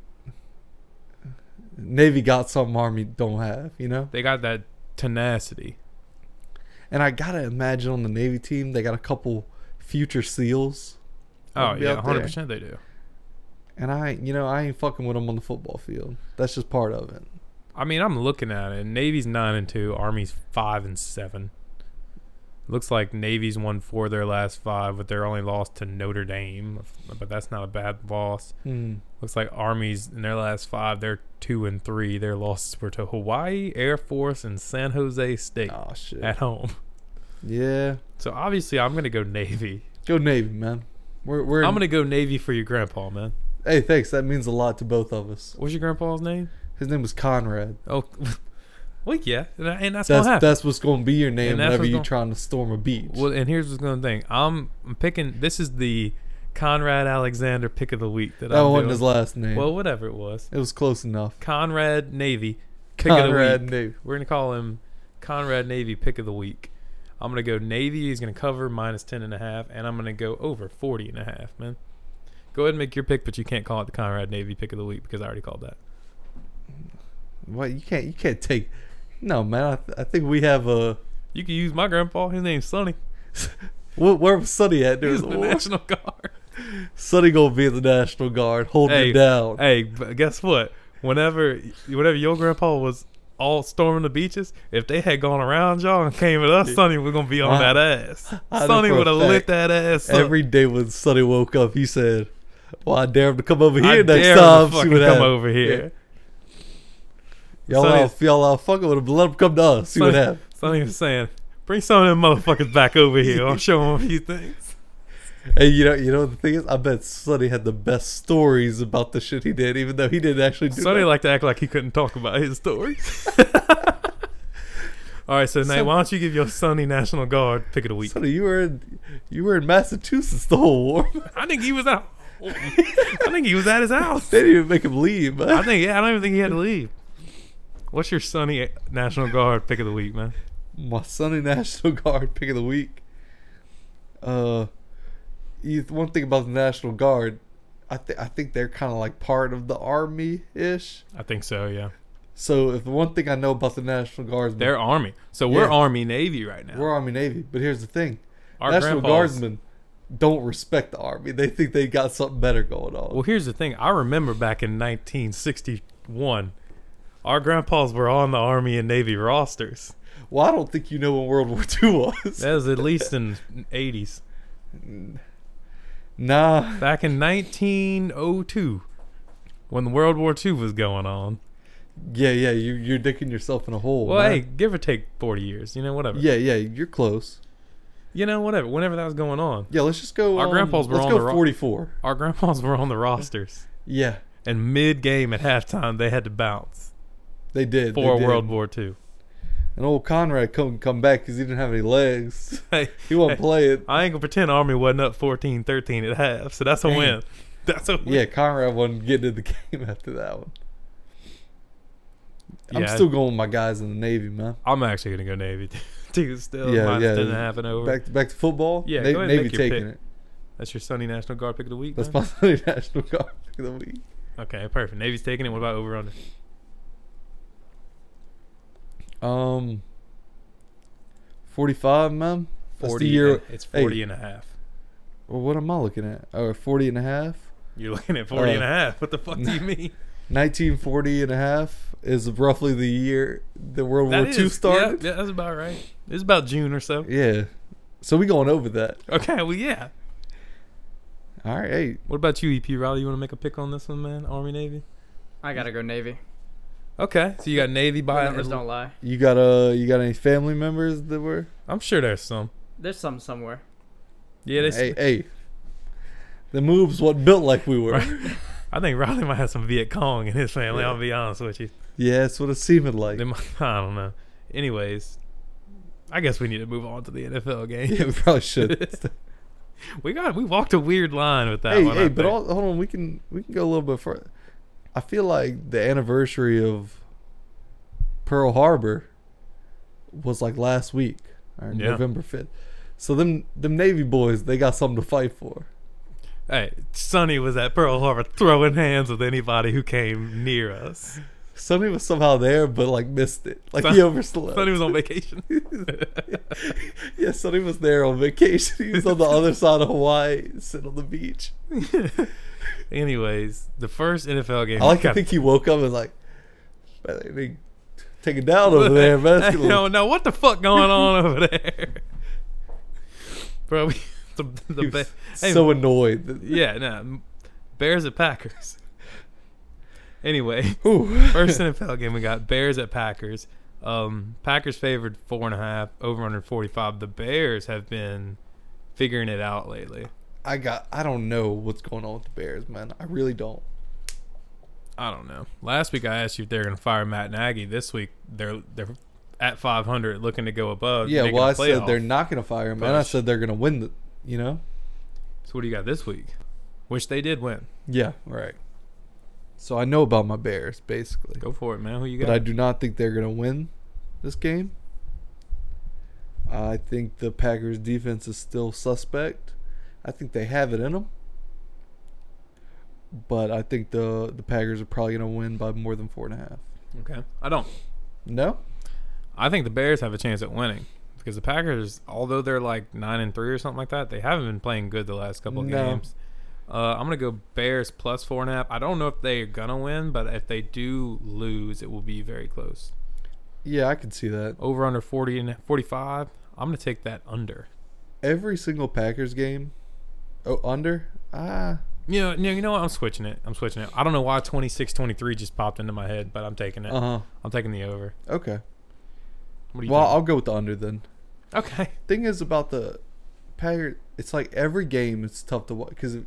Navy got something Army don't have, you know.
They got that tenacity.
And I gotta imagine on the Navy team, they got a couple future SEALs,
Oh
They'll be
yeah,
out there.
100 percent they do.
and I, ain't- you know, I ain't fucking with them on the football field. That's just part of it.
I mean, I'm looking at it. Navy's nine and two. Army's five and seven. Looks like Navy's won four of their last five, but they're only lost to Notre Dame. But that's not a bad loss.
Hmm.
Looks like Army's in their last five, they're two and three. Their losses were to Hawaii, Air Force, and San Jose State
Oh shit.
at home.
Yeah,
So obviously, I'm gonna go Navy.
go Navy, man. We're we're.
I'm gonna go Navy for your grandpa, man.
hey, thanks. That means a lot to both of us.
What's your grandpa's name?
His name was Conrad.
Oh, (laughs) well, yeah, and, and that's,
That's
gonna happen.
that's what's gonna be your name
And that's
whenever
what's
you're
gonna-
trying to storm a beach.
Well, and here's what's going to thing. I'm I'm picking. This is the Conrad Alexander pick of the week that,
that
I'm
wasn't
doing.
his last name.
well, whatever it was,
It was close enough.
Conrad Navy pick of
(laughs) Conrad
the week.
knew.
We're gonna call him Conrad Navy pick of the week. I'm gonna go Navy. He's gonna cover minus ten and a half, and I'm gonna go over forty and a half. Man, go ahead and make your pick, but you can't call it the Conrad Navy pick of the week because I already called that.
What you can't you can't take. No man, I, th- I think we have a.
You can use my grandpa. His name's Sonny.
Where, where was Sonny at during
He's
the
the
war?
National Guard.
Sonny gonna be in the National Guard, holding
Hey,
it down.
Hey, but guess what? Whenever whenever your grandpa was all storming the beaches, if they had gone around y'all and came at us, Sonny was gonna be on
I-
that ass.
I know
Sonny
for a
would have
fact
licked that ass up.
Every day when Sonny woke up, he said, "Well, I dare him to come over here
I
next
dare
time.
him to
See
fucking
what
come
happens.
over here.
Yeah. Y'all
Sonny-
out, y'all out fucking with him. Let him come to us. See what
Sonny-
happens."
Sonny was saying, "Bring some of them motherfuckers back over here. I'll show them a few
(laughs)
things."
And you know, you know the thing is, I bet Sonny had the best stories about the shit he did, even though he didn't actually do
Sonny
that.
liked to act like he couldn't talk about his
(laughs)
stories. (laughs) all right, so Nate,
Son-
why don't you give your Sonny National Guard pick of the week?
Sonny, you were in, you were in Massachusetts the whole war.
I think he was out. (laughs) I think he was at his house.
(laughs) they didn't even make him leave. man.
I think yeah, I don't even think he had to leave. What's your Sonny National Guard pick of the week, man?
(laughs) my Sunday National (laughs) Guard pick of the week. Uh, you, one thing about the National Guard, I think I think they're kind of like part of the army ish.
I think so, yeah.
So if one thing I know about the National Guardsmen,
They're Army. So we're
Yeah.
Army Navy right now.
we're Army Navy. But here's the thing:
Our
National
grandpas-
Guardsmen don't respect the Army. They think they got something better going on.
Well, here's the thing. I remember back in 1961, our grandpas were on the Army and Navy rosters.
Well, I don't think you know when World War II was.
That was at least in 80s.
Nah,
Back in 1902, when World War II was going on.
yeah, yeah, you you're digging yourself in a hole.
Well, hey,
man.
give or take 40 years. You know, whatever.
yeah, yeah, you're close.
You know, whatever. Whenever that was going on,
Yeah, let's just go.
Our
um,
grandpas were
let's
on
go
the ro-
44.
our grandpas were on the rosters.
Yeah,
And mid game at halftime, they had to bounce
they did.
for
they did.
World War II.
And old Conrad couldn't come back because he didn't have any legs. (laughs)
Hey,
He
(laughs)
won't play it.
I ain't gonna pretend Army wasn't up 14 13 at half, so that's a
Dang.
win. (laughs) That's a win.
Yeah, Conrad wasn't getting in the (laughs) game after that one. I'm
Yeah,
still going with my guys in the Navy, man.
I'm actually gonna go Navy (laughs) too. Still,
Yeah,
yeah, minus
yeah.
ten and a half and over.
Back to, back to football.
Yeah,
Na-
go ahead and
Navy
make your
taking
pick.
it.
That's your Sunday National Guard pick of the week.
That's my
man?
Sunday (laughs) National Guard pick of the week.
okay, perfect. Navy's taking it. What about over under?
Um, 45, man. That's the
Forty.
year.
and- it's
hey.
40 and a half.
Well, what am I looking at? Oh, 40 and a half.
You're looking at 40 and
Uh,
a half. What the fuck
(laughs)
do you mean?
1940 and a half is roughly the year the World
That
War II
is-
started.
Yeah, yeah, that's about right. It's about June or so.
Yeah. So we going over that.
Okay, well, yeah.
All right. Hey,
What about you, EP Riley? You want to make a pick on this one, man? Army, Navy?
I gotta go Navy.
Okay, so you got Navy by.
Numbers don't lie.
you got uh you got any family members that were?
I'm sure there's some.
There's some somewhere.
Yeah, they. s-
hey, hey. The moves what built like we were.
Right. I think Riley might have some Viet Cong in his family.
Yeah.
I'll be honest with you.
Yeah, that's what it seemed like.
They might, (laughs) I don't know. Anyways, I guess we need to move on to the NFL game.
(laughs) Yeah, we
(laughs)
probably should.
we got we walked a weird line with that
hey,
one. I
hey, but
think.
all, hold on, we can we can go a little bit further. I feel like the anniversary of Pearl Harbor was like last week, or
Yeah.
November fifth. So them them Navy boys, they got something to fight for.
hey, Sonny was at Pearl Harbor throwing hands with anybody who came near us.
Sonny was somehow there, but like missed it. Like he overslept.
Sonny was on vacation. (laughs)
yeah, Sonny was there on vacation. He was on the other side of Hawaii, sitting on the beach.
Anyways, the first NFL game.
I like to
Got-
think he woke up and was like, "Man, they- they take it down over
(laughs)
there, man. That's
Hey,
gonna-
no, no, what the fuck going
(laughs)
on over there, bro? We, (laughs) the the
he
ba-
was
hey,
so annoyed. that-
yeah, no, Bears at Packers.
(laughs)
Anyway,
Ooh.
(laughs) first NFL game we got Bears at Packers. Um, Packers favored four and a half over under forty five. The Bears have been figuring it out lately.
I got. I don't know what's going on with the Bears, man. I really don't.
I don't know. Last week I asked you if they're going to fire Matt Nagy. This week they're they're at five hundred, looking to go above.
yeah,
making
well,
a
I said
playoff.
they're not gonna fire him, and I
push.
said they're gonna win the. You know.
So what do you got this week? Which they did win.
Yeah. Right. So I know about my Bears basically,
Go for it, man. Who you
but
got?
I do not think they're gonna win this game. I think the Packers defense is still suspect. I think they have it in them. But I think the the Packers are probably going to win by more than four and a half.
okay, I don't.
No,
I think the Bears have a chance at winning because the Packers, although they're like nine and three or something like that, they haven't been playing good the last couple of
No.
games. Uh, I'm gonna go Bears plus four and a half. I don't know if they're gonna win, but if they do lose, it will be very close.
yeah, I could see that.
Over under 40 and 45. I'm gonna take that under.
every single Packers game. Oh, under? Ah.
You know, you know- you know what? I'm switching it. I'm switching it. I don't know why 26 23 just popped into my head, but I'm taking it.
Uh huh.
I'm taking the over.
Okay.
What do you
Well, I'll go with the under then.
think? okay.
Thing is about the Packers, it's like every game it's tough to watch because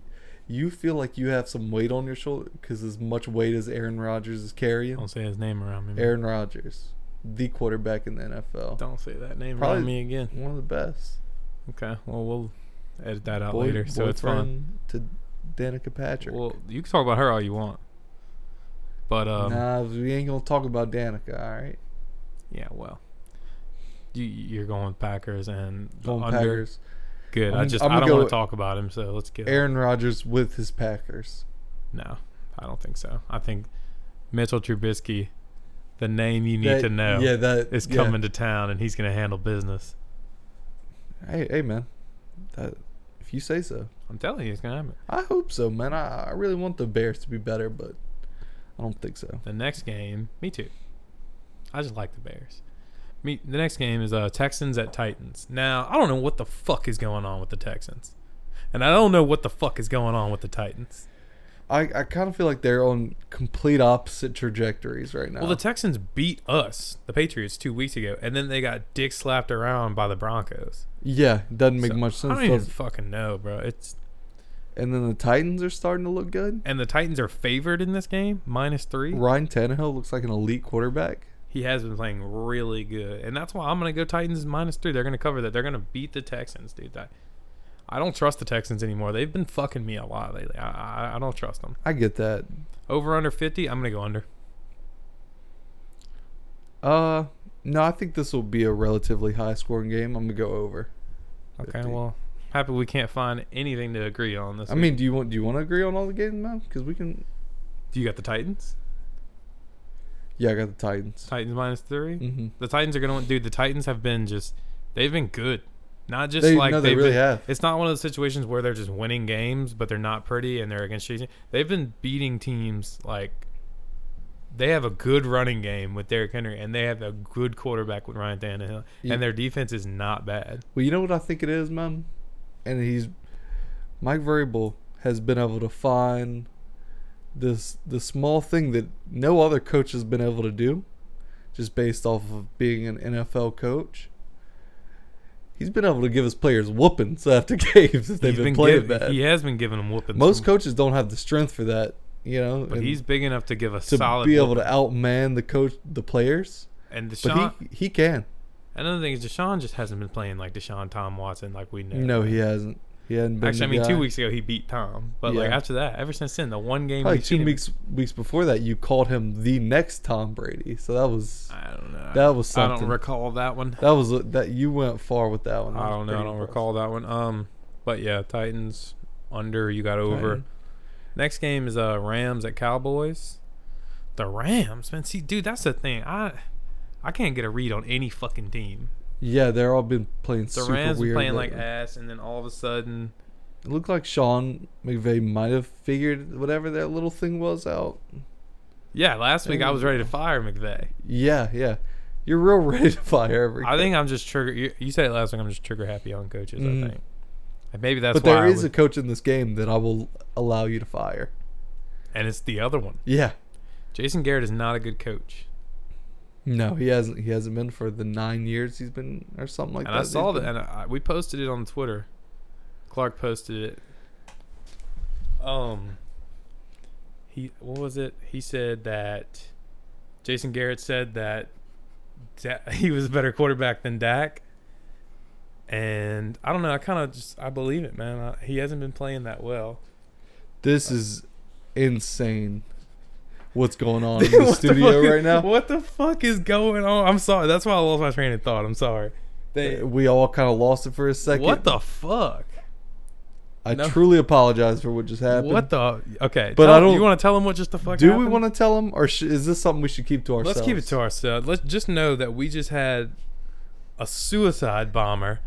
you feel like you have some weight on your shoulder because as much weight as Aaron Rodgers is carrying,
Don't say his name around me. man.
Aaron Rodgers, the quarterback in the NFL,
Don't say that name
Probably-
around me again.
one of the best.
Okay. Well, we'll edit that out later, so it's fine.
boyfriend to Danica Patrick.
Well, you can talk about her all you want, but um,
nah, we ain't gonna talk about Danica. All right,
yeah, well, you you're going with Packers and the
going
under.
Packers.
Good. i
I'm-
just
I'm
I
gonna
don't want
go-
to talk about him, so let's get
Aaron Rodgers with his Packers.
no. I don't think so. I think Mitchell Trubisky the name you need
That-
to know
Yeah, that
is
yeah.
coming to town and he's going to handle business.
Hey, hey, man. That if you say so.
I'm telling you, it's going to happen.
I hope so, man. I, I really want the Bears to be better, but I don't think so.
The next game, me too. I just like the Bears. Me, the next game is uh, Texans at Titans. Now, I don't know what the fuck is going on with the Texans. And I don't know what the fuck is going on with the Titans.
I, I kind of feel like they're on complete opposite trajectories right now.
Well, the Texans beat us, the Patriots, two weeks ago, and then they got dick slapped around by the Broncos.
yeah, doesn't make
So,
much
I
sense.
don't even
does it?
fucking know, bro. It's
and then the Titans are starting to look good.
and the Titans are favored in this game, minus three.
Ryan Tannehill looks like an elite quarterback.
He has been playing really good, and that's why I'm gonna go Titans minus three. They're gonna cover that. They're gonna beat the Texans, dude. I, I don't trust the Texans anymore. They've been fucking me a lot lately. I, I, I don't trust them.
I get that.
Over under fifty, I'm gonna go under.
Uh, no, I think this will be a relatively high scoring game. I'm gonna go over.
Okay,
50.
well, happy we can't find anything to agree on this.
I mean, do you want do you want to agree on all the games, man? Because we can.
do you got the Titans?
Yeah, I got the Titans.
Titans minus three.
Mm-hmm.
The Titans are gonna win- dude. The Titans have been just they've been good, not just
They,
like
no, they
they've
really
been-
have.
It's not one of those situations where they're just winning games, but they're not pretty and they're against shitty. They've been beating teams like they have a good running game with Derrick Henry and they have a good quarterback with Ryan Tannehill,
Yeah.
and their defense is not bad.
Well, you know what I think it is, man? And he's Mike Vrabel has been able to find this the small thing that no other coach has been able to do, just based off of being an NFL coach. He's been able to give his players whoopings after (laughs) games if they've
He's
been, playing
giv-
bad.
He has been giving them whoopings.
Most
from-
coaches don't have the strength for that, you know.
but
and
he's big enough to give a
to
solid
be able to
whooping.
outman the coach, the players.
and
But
Deshaun
he he can.
another thing is Deshaun just hasn't been playing like Deshaun Tom Watson like we know.
No, he hasn't. He hadn't been.
Actually,
the
I mean,
guy.
two weeks ago he beat Tom, but like
Yeah.
after that, ever since then, the one game
Probably
we've
two
seen him-
weeks weeks before that, you called him the next Tom Brady. So that was
I don't know.
that was
I
something.
don't recall that one.
that was that you went far with that one. That
I
was
don't know. I
pretty
don't
impressive.
recall that one. Um, but yeah, Titans under. You got over.
Titan.
Next game is uh Rams at Cowboys. The Rams, man. See, dude, that's the thing. I I can't get a read on any fucking team.
Yeah, they're all been playing
The
super
Rams
weird.
playing like
lately.
ass, and then all of a sudden,
it looked like Sean McVay might have figured whatever that little thing was out.
yeah. Last week I
There
was
you
ready to fire McVay.
Yeah, yeah. You're real (laughs) ready to fire every.
I think I'm just trigger. You, you said it last week. I'm just trigger happy on coaches. I
Mhm.
think. And maybe that's
but
why.
there
I
is
would-
a coach in this game that I will allow you to fire.
and it's the other one.
Yeah.
Jason Garrett is not a good coach.
No, he hasn't. He hasn't been for the nine years he's been, or something like
and
that.
I
he's
saw that,
been.
and I, we posted it on Twitter. Clark posted it. Um, he what was it? He said that Jason Garrett said that Da- (laughs) he was a better quarterback than Dak. And I don't know. I kind of just I believe it, man. I, he hasn't been playing that
(laughs)
well.
This is insane. What's
(laughs)
going on in
What
the
the
studio
fuck is-
right now?
What the fuck is going on? I'm sorry. That's why I lost my train of thought. I'm sorry. They,
We all kind of lost it for a second.
what the fuck?
I
no.
truly apologize for what just happened.
What the? Okay,
But
tell-
I don't-
You want to tell him what just the fuck?
Do we
happened?
want to tell them, or sh- is this something we should keep to ourselves?
Let's keep it to ourselves. Let's just know that we just had a suicide bomber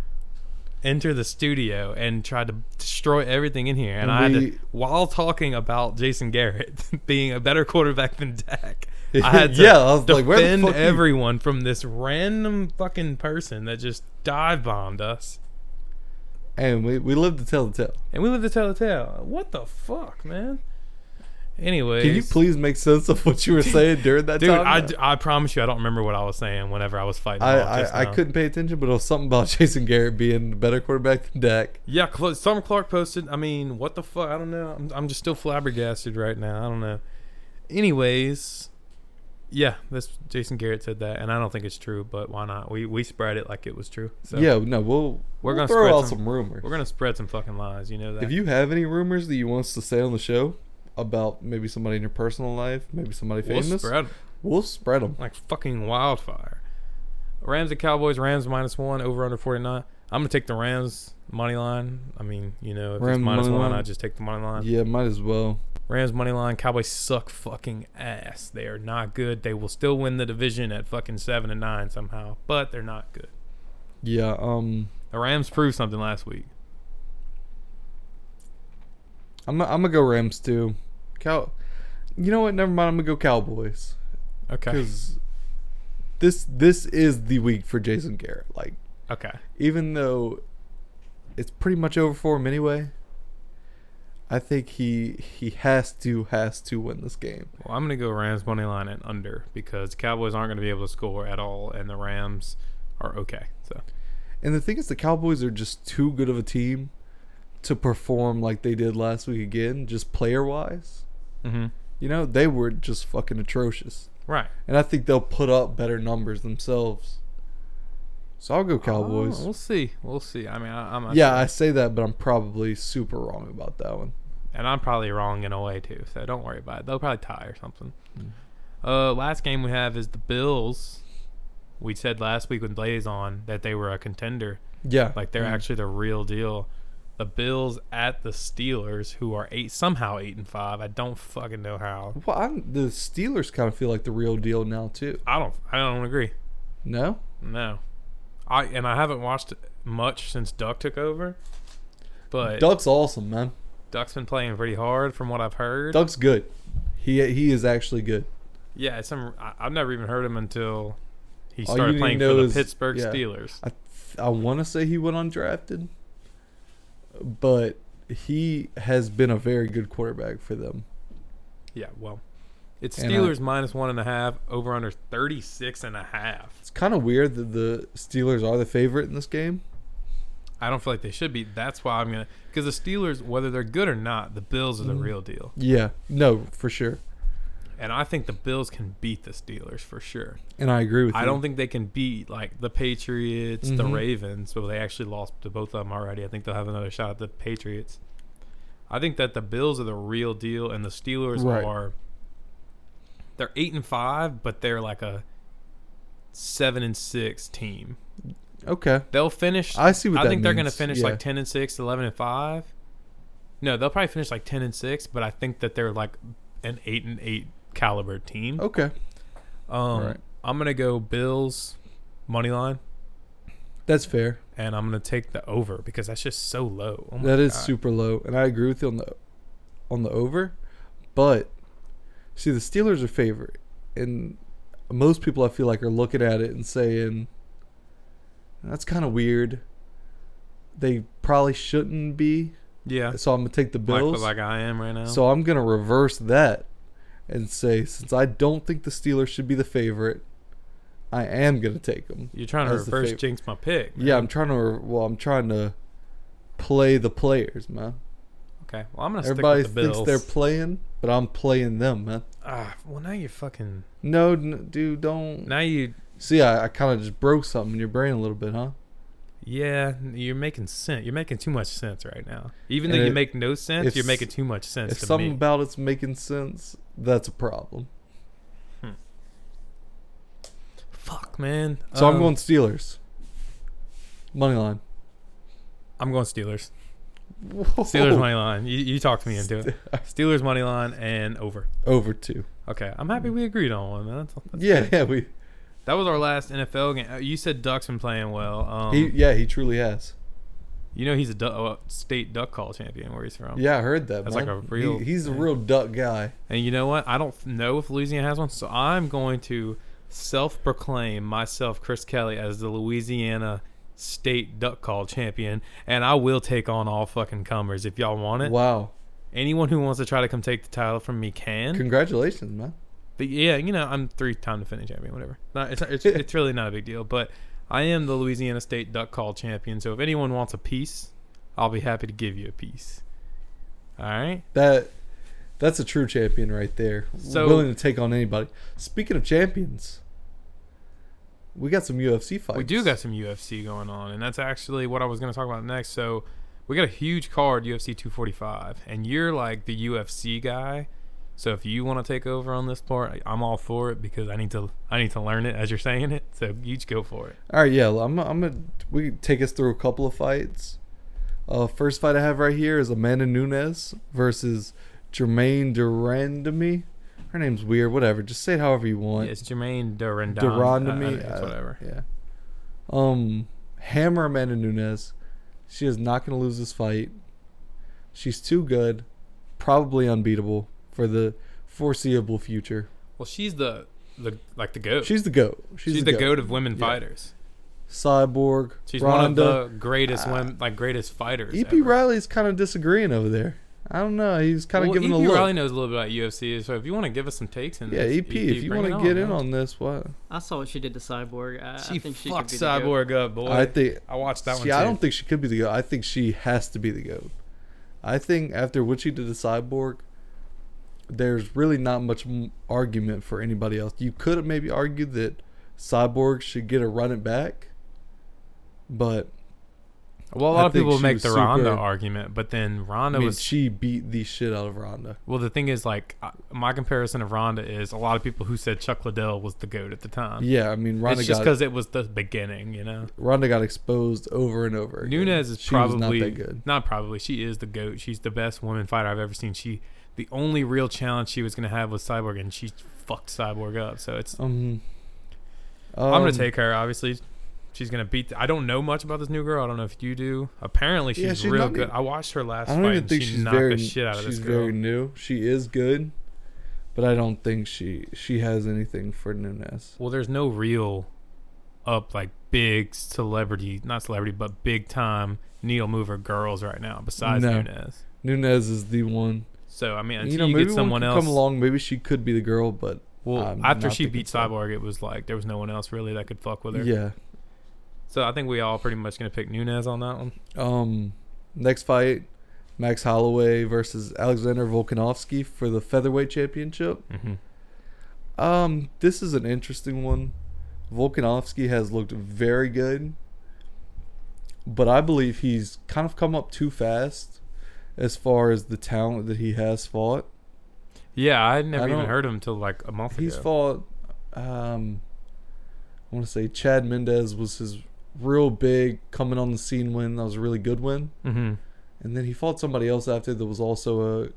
enter the studio and tried to destroy everything in here. And,
And
I had
we-
to, while talking about Jason Garrett (laughs) being a better quarterback than Dak, I
(laughs)
had to
Yeah, I was
defend
like, where the fuck you-
everyone from this random fucking person that just dive bombed us.
And we, we live to tell the tale.
And we live to tell the tale. What the fuck, man? Anyway,
Can you please make sense of what you were saying during that
Dude,
time?
I, d- I promise you, I don't remember what I was saying whenever I was fighting.
I,
Hall just
I, I
now.
couldn't pay attention, but it was something about (laughs) Jason Garrett being a better quarterback than Dak.
Yeah, Cl- Summer Clark posted. I mean, what the fuck? I don't know. I'm, I'm just still flabbergasted right now. I don't know. Anyways, yeah, that's Jason Garrett said that, and I don't think it's true, but why not? We we spread it like it was true. So
yeah, no, we'll
We're
we'll
gonna
throw
spread
out
some-
some rumors.
we're gonna spread some fucking lies. You know that.
If you have any rumors that you want us to say on the show about maybe somebody in your personal life, maybe somebody
we'll
famous,
spread 'em
we'll spread them.
like fucking wildfire. Rams and Cowboys. Rams minus one over under forty nine. I'm gonna take the Rams money line. I mean, you know, if
Rams
it's minus
money
one,
line.
I just take the money line.
Yeah, might as well.
Rams money line. Cowboys suck fucking ass. They are not good. They will still win the division at fucking seven and nine somehow, but they're not good.
Yeah, um,
The Rams proved something last week.
I'm I'm gonna go Rams too. Cow, you know what? Never mind. I'm gonna go Cowboys
Okay.
because this this is the week for Jason Garrett. Like,
Okay.
even though it's pretty much over for him anyway, I think he he has to has to win this game.
Well, I'm gonna go Rams money line and under because Cowboys aren't gonna be able to score at all, and the Rams are okay. So
And the thing is, the Cowboys are just too good of a team to perform like they did last week again, just player wise.
mm-hmm.
You know, they were just fucking atrocious.
right.
And I think they'll put up better numbers themselves. So I'll go Cowboys.
Oh, we'll see. We'll see. I mean, I, I'm not
yeah,
sure.
I say that, but I'm probably super wrong about that one.
and I'm probably wrong in a way too. So don't worry about it. They'll probably tie or something.
Mm.
Uh, last game we have is the Bills. We said last week with Blaze on that they were a contender.
Yeah.
Like they're
Mm.
actually the real deal. The Bills at the Steelers, who are eight somehow eight and five. I don't fucking know how.
Well, I'm, the Steelers kind of feel like the real deal now, too.
I don't. I don't agree.
No?
No, I and I haven't watched much since Duck took over. But
Duck's awesome, man.
Duck's been playing pretty hard from what I've heard.
Duck's good. He he is actually good.
Yeah, it's some I, I've never even heard him until he
All you
started
need to
playing for
know
the
is-
Pittsburgh
yeah.
Steelers.
I th- I want to say he went undrafted, but he has been a very good quarterback for them.
Yeah, well, it's
And, uh,
Steelers minus one and a half, over under 36 and a half.
It's kind of weird that the Steelers are the favorite in this game.
I don't feel like they should be. That's why I'm going to. Because the Steelers, whether they're good or not, the Bills are the
Mhm.
real deal.
Yeah, no, for sure,
And I think the Bills can beat the Steelers for sure.
and I agree with you.
I don't think they can beat, like, the Patriots, the
Mhm.
Ravens. Well, they actually lost to both of them already. I think they'll have another shot at the Patriots. I think that the Bills are the real deal, and the Steelers
Right.
are. They're eight and five, but they're like a seven and six team.
Okay,
They'll finish. I,
I see what that
think they're going to
means.
finish
Yeah.
like ten and six, 11 and five. No, they'll probably finish like ten and six, but I think that they're like an eight and eight caliber team.
Okay,
Um,
Oh, Right.
I'm going to go Bills money line,
that's fair.
and I'm going to take the over because that's just so low. Oh my
That is
God.
super low, and I agree with you on the on the over. But see, the Steelers are favorite, and most people I feel like are looking at it and saying, "That's kind of weird." They probably shouldn't be,
Yeah,
so I'm gonna take the
like,
Bills.
like I am right now.
So I'm gonna reverse that and say, since I don't think the Steelers should be the favorite, I am gonna take them.
You're trying to
That's the
reverse
favorite.
jinx my pick. man.
Yeah, I'm trying to. re- Well, I'm trying to play the players, man.
Okay. Well, I'm gonna
Everybody
stick with the
thinks
Bills.
they're playing, but I'm playing them, man.
ah, well, now you're fucking.
No, n- dude, don't.
Now you.
See, I, I kind of just broke something in your brain a little bit, huh?
Yeah, you're making sense. You're making too much sense right now. Even
And
though you
it-
make no sense,
if
you're
s-
making too much sense
if
to
something
me.
about it's making sense, that's a problem.
Fuck, man.
So I'm
Um,
going Steelers. Money line.
I'm going Steelers.
Oh.
Steelers money line. You, you talked me into
(laughs)
it. Steelers money line and over.
Over two.
Okay, I'm happy we agreed on one. Man. That's- that's
Yeah,
good.
yeah, we.
That was our last NFL game. Uh, You said Duck's been playing well. Um,
he, yeah, he truly has.
you know he's a du- uh, state duck call champion where he's from.
Yeah, I heard that.
um, That's
man.
like a real
He, he's a
thing.
real duck guy.
And you know what? I don't f- know if Louisiana has one, so I'm going to self-proclaim myself, Chris Kelly, as the Louisiana State Duck Call Champion, and I will take on all fucking comers if y'all want it.
Wow.
Anyone who wants to try to come take the title from me can.
Congratulations, man.
But yeah, you know, I'm three-time defending champion, whatever. Not, it's, it's, it's really not a big deal, but I am the Louisiana State Duck Call Champion, so if anyone wants a piece, I'll be happy to give you a piece. All right?
That that's a true champion right there.
So-
willing to take on anybody. Speaking of champions, we got some UFC fights.
We do got some UFC going on, and that's actually what I was going to talk about next. So we got a huge card, UFC 245, and you're like the UFC guy, So if you want to take over on this part, I- I'm all for it because I need to I need to learn it as you're saying it. So you just go for it.
All right, yeah, I'm, I'm gonna we can take us through a couple of fights. Uh, first fight I have right here is Amanda Nunes versus Jermaine Durandamy. Her name's weird, whatever. Just say it however you want.
Yeah, it's Jermaine Durandam.
Durandamy,
Uh, it's
uh,
whatever.
Yeah. Um, hammer Amanda Nunes. She is not gonna lose this fight. She's too good, probably unbeatable for the foreseeable future.
Well, she's the the like the goat. She's,
She's the goat. She's,
the, goat. of women
Yeah.
fighters.
Cyborg.
She's
Ronda,
one of the greatest
uh, E
women like greatest fighters.
EP
ever.
Riley's kind of disagreeing over there. I don't know. He's kind of
Well,
giving a
EP
look.
Riley knows a little bit about UFC, so if you want to give us some takes in
yeah,
this, E
EP, if you
bring
want
it
to get in
man.
on this, what?
I saw what she did to Cyborg. I,
she
I think she
fucked
could be the goat.
Cyborg up, boy.
I think.
I watched that one.
See, I
too.
don't think she could be the goat. I think she has to be the goat. I think after what she did to Cyborg, there's really not much m- argument for anybody else. You could maybe argue that Cyborg should get a run it back, but
Well, a
I
lot of
think
people
she
make
was
the Ronda
super-
argument, but then Ronda
I mean,
was.
she beat the shit out of Ronda.
well, the thing is, like, I- my comparison of Ronda is a lot of people who said Chuck Liddell was the goat at the time.
Yeah, I mean, Ronda
Um, it's just
got
because it was the beginning, you know.
Ronda got exposed over and over. again.
Nunes is
She was
probably
not that good.
not probably. She is the goat. She's the best woman fighter I've ever seen. She the only real challenge she was going to have was Cyborg, and she fucked Cyborg up. So it's
Um,
I'm
um,
gonna take her. Obviously, she's gonna beat. I don't know much about this new girl. I don't know if you do. Apparently, she's
Yeah, she's
real
not
good.
e-
I watched her last
I don't
fight.
even think
and she
she's
knocked
very.
the shit out of
she's
this girl.
very new. She is good, but I don't think she she has anything for Nunes.
well, there's no real up like big celebrity, not celebrity, but big time needle mover girls right now besides
No.
Nunes.
Nunes is the one.
So I mean, until
you
you,
know, maybe
get someone
someone could
else.
come along. Maybe she could be the girl, but
well,
I'm
after
Um, not
she beat
thinking so.
Cyborg, it was like there was no one else really that could fuck with her.
yeah.
So I think we all pretty much gonna pick Nunes on that one.
Um, next fight, Max Holloway versus Alexander Volkanovski for the featherweight championship.
Mm-hmm.
Um, this is an interesting one. Volkanovski has looked very good, but I believe he's kind of come up too fast as far as the talent that he has fought.
Yeah, I had never
I
even
don't-
heard him till like a month
He's
ago.
fought, um, I want to say Chad Mendez was his real big coming on the scene win. That was a really good win.
mm-hmm.
And then he fought somebody else after that was also a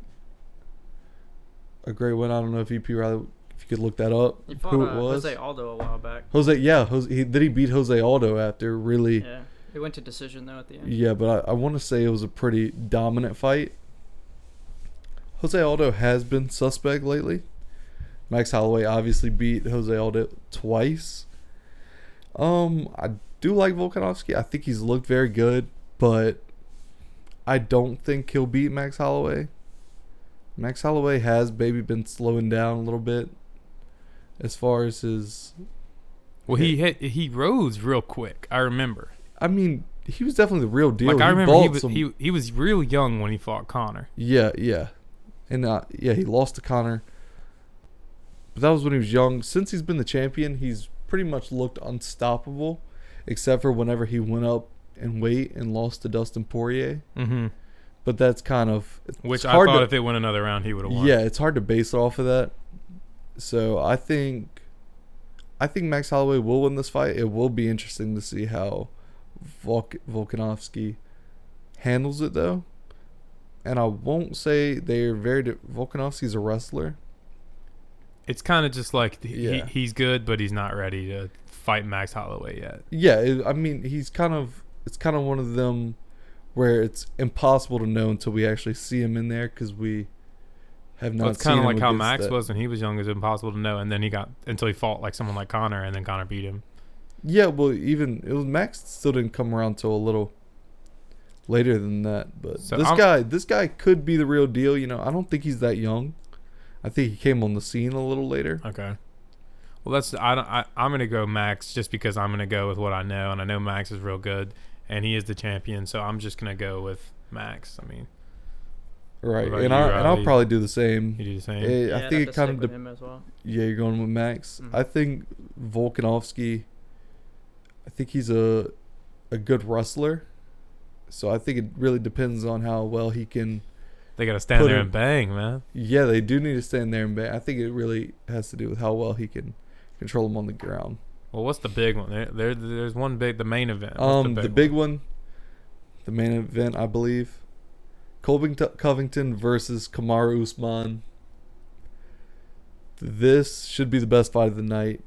a great win. I don't know if EP Riley, if you could look that up,
He fought,
who
uh,
it was.
Jose Aldo a while back.
Jose, yeah, Jose, he, did he beat Jose Aldo after really? Yeah,
Yeah, it went to decision though at the end.
but I, I want to say it was a pretty dominant fight. Jose Aldo has been suspect lately. Max Holloway obviously beat Jose Aldo twice. Um, I do like Volkanovski. I think he's looked very good, but I don't think he'll beat Max Holloway. Max Holloway has maybe been slowing down a little bit as far as his
Well, he hit, he rose real quick. I remember.
I mean, he was definitely the real deal.
Like I
He
remember he
balled
was,
some-
he, he was real young when he fought Connor.
yeah, yeah, and uh, yeah, he lost to Connor, but that was when he was young. Since he's been the champion, he's pretty much looked unstoppable, except for whenever he went up in weight and lost to Dustin Poirier.
Mm-hmm.
But that's kind of it's
Which I
hard
thought
to-
if it went another round, he would have won.
yeah, it's hard to base it off of that. So I think, I think Max Holloway will win this fight. It will be interesting to see how Volk- Volkanovski handles it, though. And I won't say they are very. Di- Volkanovski's a wrestler.
It's kind of just like he,
Yeah.
he, he's good, but he's not ready to fight Max Holloway yet.
Yeah, it, I mean he's kind of. It's kind of one of them where it's impossible to know until we actually see him in there because we have not.
Well, it's
kind of
like how Max was when he was young; it's impossible to know. And then he got until he fought like someone like Connor, and then Connor beat him.
Yeah, well, even it was Max still didn't come around till a little later than that. But
So
this
I'm-
guy, this guy could be the real deal. You know, I don't think he's that young. I think he came on the scene a little later.
Okay. Well, that's I don't I, I'm gonna go Max just because I'm gonna go with what I know, and I know Max is real good, and he is the champion. So I'm just gonna go with Max. I mean,
Right,
about
and
you,
I and I'll
Riley?
probably do the same.
you do the same.
Eh,
Yeah,
I think it kind of
with
de-
him as well.
yeah, you're going with Max.
Mhm.
I think Volkanovski. I think he's a a good wrestler, so I think it really depends on how well he can
They got to stand
Put
there
him-
and bang, man.
Yeah, they do need to stand there and bang. I think it really has to do with how well he can control them on the ground.
Well, what's the big one? There, there there's one big, the main event. What's
Um, the big one, the main event, I believe, Colby T- Covington versus Kamaru Usman. This should be the best fight of the night.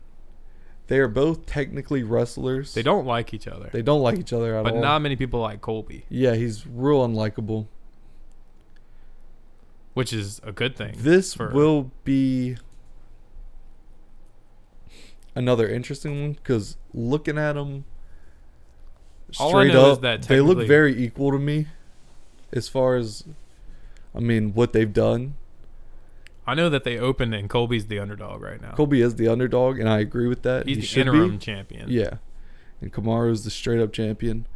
They are both technically wrestlers.
They don't like each other,
They don't like each other at
but
all.
not many people like Colby,
yeah, he's real unlikable.
which is a good thing.
This
for-
will be another interesting one because looking at them
All I
straight
know is
up,
that
they look
technically-
very equal to me as far as, I mean, what they've done.
I know that they opened and Colby's the underdog right now.
Colby is the underdog, and I agree with that.
Oh. He's
he
the
should
interim
be.
champion.
Yeah. And Kamaru's the straight up champion.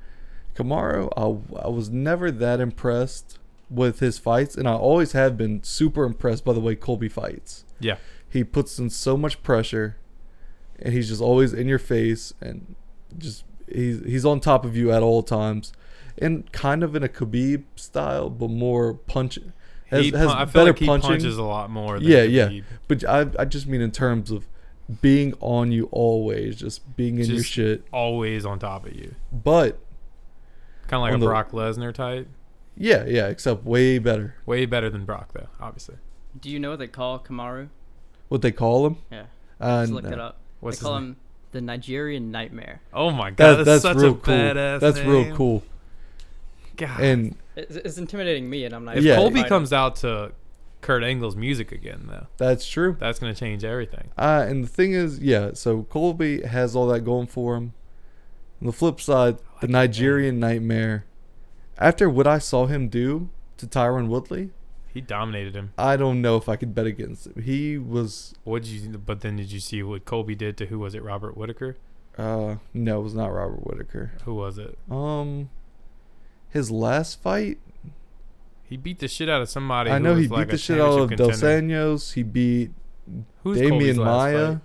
Kamaru, I, I was never that impressed with his fights, and I always have been super impressed by the way Colby fights.
Yeah.
He puts in so much pressure, and he's just always in your face, and just he's, he's on top of you at all times. And kind of in a Khabib style, but more punch. Has,
He
has
pun- I feel
better
like he
punching.
punches a lot more. Than
Yeah, yeah.
Khabib.
But I, I just mean in terms of being on you always, just being in your
Just-
shit.
Always on top of you,
But
kind of like
On
a
the-
Brock Lesnar type.
yeah, yeah, except way better.
Way better than Brock though, obviously.
Do you know what they call Kamaru?
What they call him?
Yeah.
Uh,
Just look
no.
it up.
What's
they call
his name?
him the Nigerian Nightmare.
Oh my god,
That,
that's,
that's
such
real
a
cool.
badass.
That's real
name.
cool.
God.
And
It's, it's intimidating me, and I'm not.
if
Yeah.
Colby
fighter.
comes out to Kurt Angle's music again, though,
that's true.
that's gonna change everything.
Uh, and the thing is, yeah. So Colby has all that going for him. On the flip
I
side, the
like that
Nigerian nightmare. After what I saw him do to Tyron Woodley,
He dominated him.
I don't know if I could bet against him. He was
What did you? But then did you see what Colby did to who was it? Robert Whitaker.
uh no, it was not Robert Whitaker.
Who was it?
Um, his last fight,
He beat the shit out of somebody.
I
who
know
was
he
like
beat
a
the shit out of
championship
Dos
contender.
Anjos. He beat
Who's Colby's
Damian
last
Maya.
fight?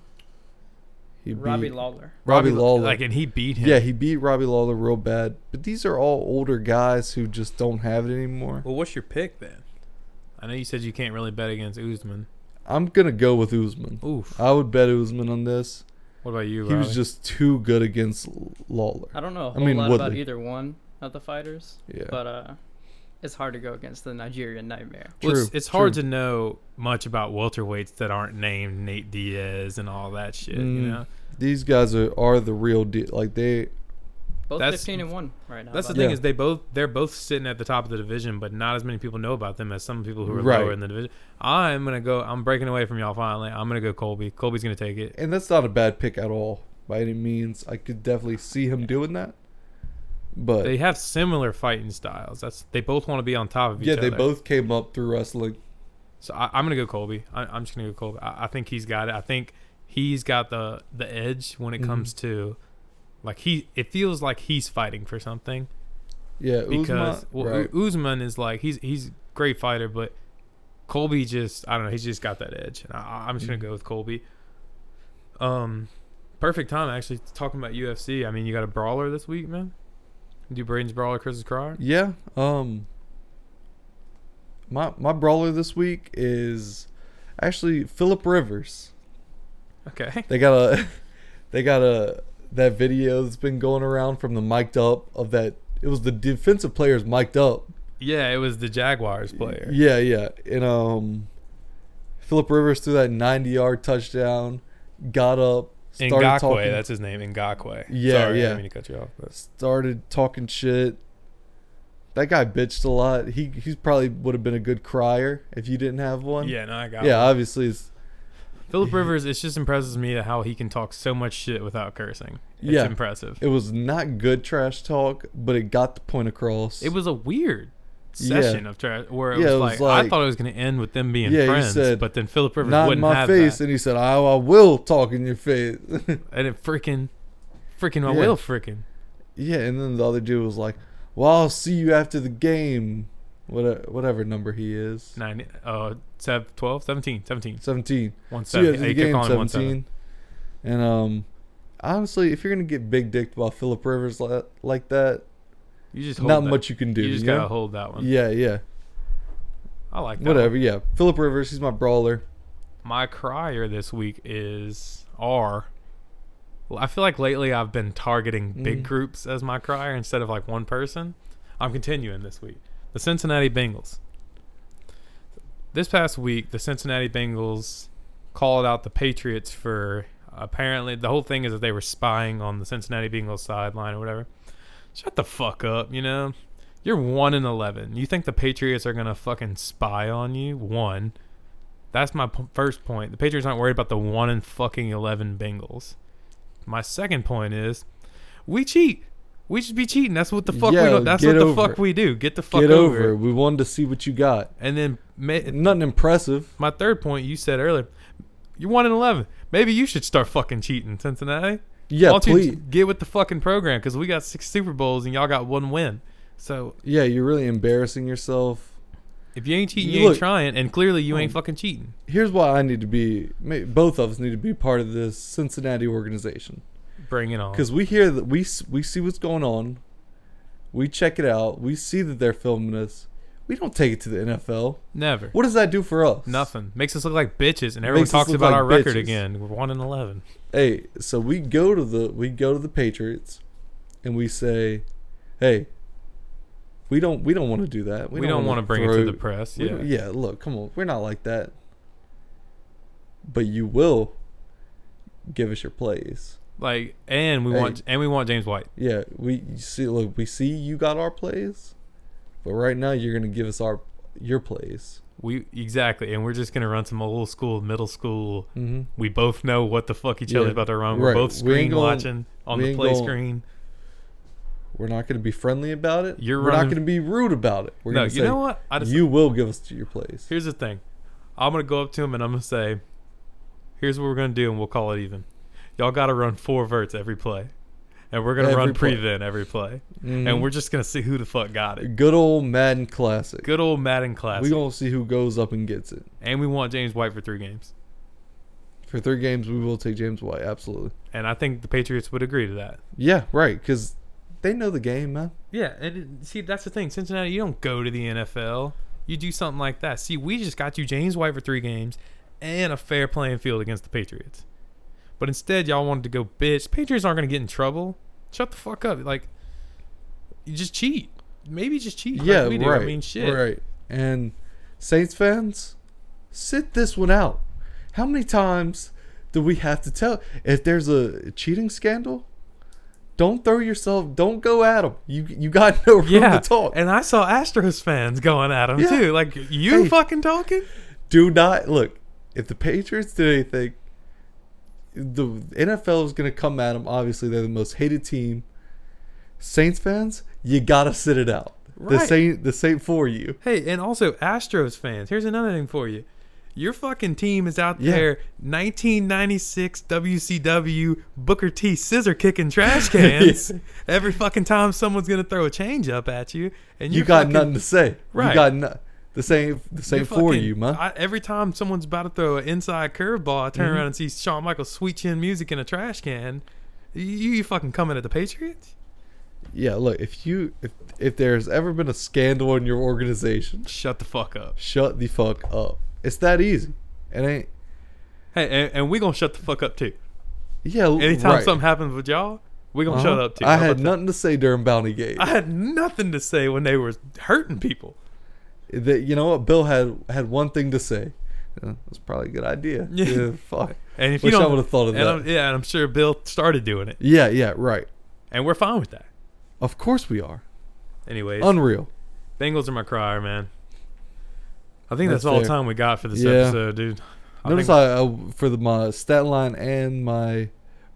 He
Robbie
beat
Lawler.
Robbie
Lo-
Lawler.
Like, and he beat him.
yeah, he beat Robbie Lawler real bad. But these are all older guys who just don't have it anymore.
Well, what's your pick then? I know you said you can't really bet against Usman.
I'm gonna go with Usman.
Oof.
I would bet Usman on this.
What about you?
He was
Riley?
just too good against Lawler.
I don't know a
I
whole
mean,
lot about
Woodley.
either one of the fighters,
Yeah,
but uh, it's hard to go against the Nigerian Nightmare.
Well, it's,
true,
it's hard
true.
to know much about welterweights that aren't named Nate Diaz and all that shit. You
Mm.
know,
these guys are, are the real deal. Like they,
Both
That's-
15 and one right now.
that's the
by
thing
Yeah.
is they both they're both sitting at the top of the division, but not as many people know about them as some people who are lower
Right.
in the division. I'm gonna go. I'm breaking away from y'all finally. I'm gonna go Colby. Colby's gonna take it.
and that's not a bad pick at all by any means. I could definitely see him doing that. But
They have similar fighting styles. That's they both want to be on top of each
yeah,
other.
they both came up through wrestling.
So I, I'm gonna go Colby. I, I'm just gonna go Colby. I, I think he's got it. I think he's got the the edge when it
Mhm.
comes to like he. It feels like he's fighting for something
Yeah,
because
Usman,
well,
right.
U- Usman is like he's he's a great fighter, but Colby just I don't know. He's just got that edge, and I, I'm just gonna
Mhm.
go with Colby. Um, perfect time actually talking about UFC. I mean, you got a brawler this week, man. Do Braden's brawler, Chris's Cryer?
Yeah. Um my my brawler this week is actually Philip Rivers.
Okay. (laughs)
They got a (laughs) they got a that video that's been going around from the mic'd up of that it was the defensive players mic'd up.
Yeah, it was the Jaguars player.
Yeah, yeah. And um Philip Rivers threw that 90-yard touchdown, got up, started
Ngakwe,
talking
that's his name. Ngakwe.
Yeah,
Sorry, I
yeah.
didn't mean to cut you off. But
started talking shit. That guy bitched a lot. He he probably would have been a good crier if you didn't have one.
yeah, no, I got.
yeah,
Yeah,
obviously it's
Philip Rivers. It just impresses me how he can talk so much shit without cursing. It's
Yeah.
impressive.
it was not good trash talk, but it got the point across.
It was a weird
Yeah.
session of trash where it,
Yeah,
was,
it was
like, I
like-
thought it was going to end with them being
Yeah, he
friends,
said,
but then Philip Rivers
not in
wouldn't
my
have
face,
that,
and he said, "I I will talk in your face." (laughs)
and it freaking, freaking, I
Yeah.
will freaking.
yeah, and then the other dude was like, "Well, I'll see you after the game." Whatever, whatever number he is,
Nine, uh, seven, 12, 17, 17,
seventeen.
one
See you
seven.
after
Hey,
the
kept
game,
calling him one seven.
seventeen. And um, honestly, if you're gonna get big dicked by Philip Rivers li- like that,
You just hold
not
that.
much you can do.
You just
you know?
gotta hold that one.
Yeah, yeah.
I like that.
Whatever.
one.
Yeah. Philip Rivers. He's my brawler.
My crier this week is R. Well, I feel like lately I've been targeting big
Mm.
groups as my crier instead of like one person. I'm continuing this week. The Cincinnati Bengals. This past week, the Cincinnati Bengals called out the Patriots for apparently the whole thing is that they were spying on the Cincinnati Bengals sideline or whatever. Shut the fuck up, you know? You're 1 in 11. You think the Patriots are going to fucking spy on you? One. That's my p- first point. The Patriots aren't worried about the 1 in fucking 11 Bengals. My second point is we cheat. We should be cheating. That's what the fuck we
Yo,
do. That's
get
what the
over
fuck
it.
we do. Get the fuck
Get
over.
over.
it.
it. We wanted to see what you got.
And then ma-
Nothing impressive.
my third point you said earlier, you're one in eleven. Maybe you should start fucking cheating, Cincinnati.
Yeah.
Why don't
please.
you get with the fucking program? Because we got six Super Bowls and y'all got one win. So
Yeah. You're really embarrassing yourself.
if you ain't cheating,
You
you, ain't
look-
trying, and clearly you ain't
Um,
fucking cheating.
Here's why I need to be. may- Both of us need to be part of this Cincinnati organization.
Bring it on.
because we hear that we s- we see what's going on, we check it out, we see that they're filming us. We don't take it to the NFL.
Never.
What does that do for us?
Nothing makes us look like bitches, and everyone
Makes us
talks
look
about
like
our record
bitches.
again. We're one in eleven.
Hey, so we go to the we go to the Patriots, and we say, hey, we don't we don't want to do that.
We, don't, want
wanna
to bring it to
throw-
the press.
we
Yeah.
don't- yeah. Look, come on, we're not like that. But you will give us your plays.
Like, and we
Hey.
want and we want James White.
Yeah, we you see. Look, we see you got our plays, but right now you're gonna give us our your plays.
We exactly, and we're just gonna run some old school, middle school.
Mm-hmm.
We both know what the fuck each
Yeah,
other's about to run. We're
right.
both
We
screen
ain't gonna-
watching on
we
the
ain't
play
gonna-
screen.
We're not gonna be friendly about it.
You're
We're
running-
not gonna be rude about it. We're
No,
gonna
you
say
know what? I just
you will give us your plays.
here's the thing. I'm gonna go up to him and I'm gonna say, "Here's what we're gonna do, and we'll call it even. Y'all gotta run four verts every play, and we're gonna
Every
run
play.
prevent every play,
Mhm.
and we're just gonna see who the fuck got it.
good old Madden Classic.
Good old Madden class,
We gonna see who goes up and gets it.
and we want James White for three games.
For three games, we will take James White. Absolutely.
And I think the Patriots would agree to that.
Yeah, right. Because they know the game, man.
Yeah, and it- see that's the thing. Cincinnati, you don't go to the NFL. You do something like that. See, we just got you James White for three games and a fair playing field against the Patriots. But instead, y'all wanted to go bitch. Patriots aren't gonna get in trouble. Shut the fuck up. Like, you just cheat. Maybe just cheat. like
Yeah,
we do.
right.
I mean, shit.
Right. And Saints fans, sit this one out. How many times do we have to tell? If there's a cheating scandal, don't throw yourself. Don't go at them. You you got (laughs) no room
Yeah.
to talk.
And I saw Astros fans going at him
Yeah.
too. Like, you
Hey.
fucking talking?
do not look. If the Patriots did anything, the NFL is going to come at them. Obviously, they're the most hated team. Saints fans, you gotta sit it out. The
Right.
Saint, the Saint for you.
Hey, and also Astros fans, here's another thing for you. Your fucking team is out
Yeah.
there 1996 WCW Booker T scissor kicking trash
(laughs)
cans every fucking time someone's going to throw a change up at you and
you
you're
got
fucking-
nothing to say.
Right.
You got no, the same the
you're
same for
fucking-
you, man.
I, every time someone's about to throw an inside curveball, I turn
Mm-hmm.
around and see Shawn Michaels sweet chin music in a trash can. You, you fucking coming at the Patriots?
yeah, look, if you if if there's ever been a scandal in your organization,
Shut the fuck up.
shut the fuck up. It's that easy. It ain't
Hey, and, and we going to shut the fuck up too.
yeah, l-
Anytime
right.
something happens with y'all, we going to shut
Uh-huh.
up too. How
I had
about that?
nothing to say during Bounty
(laughs)
Gate.
I had nothing to say when they were hurting people.
that you know what Bill had had one thing to say. Uh, That's probably a good idea.
(laughs) Yeah.
Yeah, fuck.
And if
Wish
you
I
don't,
would've thought of
and
that.
I'm, yeah, and I'm sure Bill started doing it,
Yeah, yeah, right.
and we're fine with that.
Of course we are.
Anyways,
Unreal.
Bengals are my crier, man. I think that's,
That's
all the
fair.
time we got for this
Yeah.
episode, dude. I
Notice
think-
I, I for the my stat line and my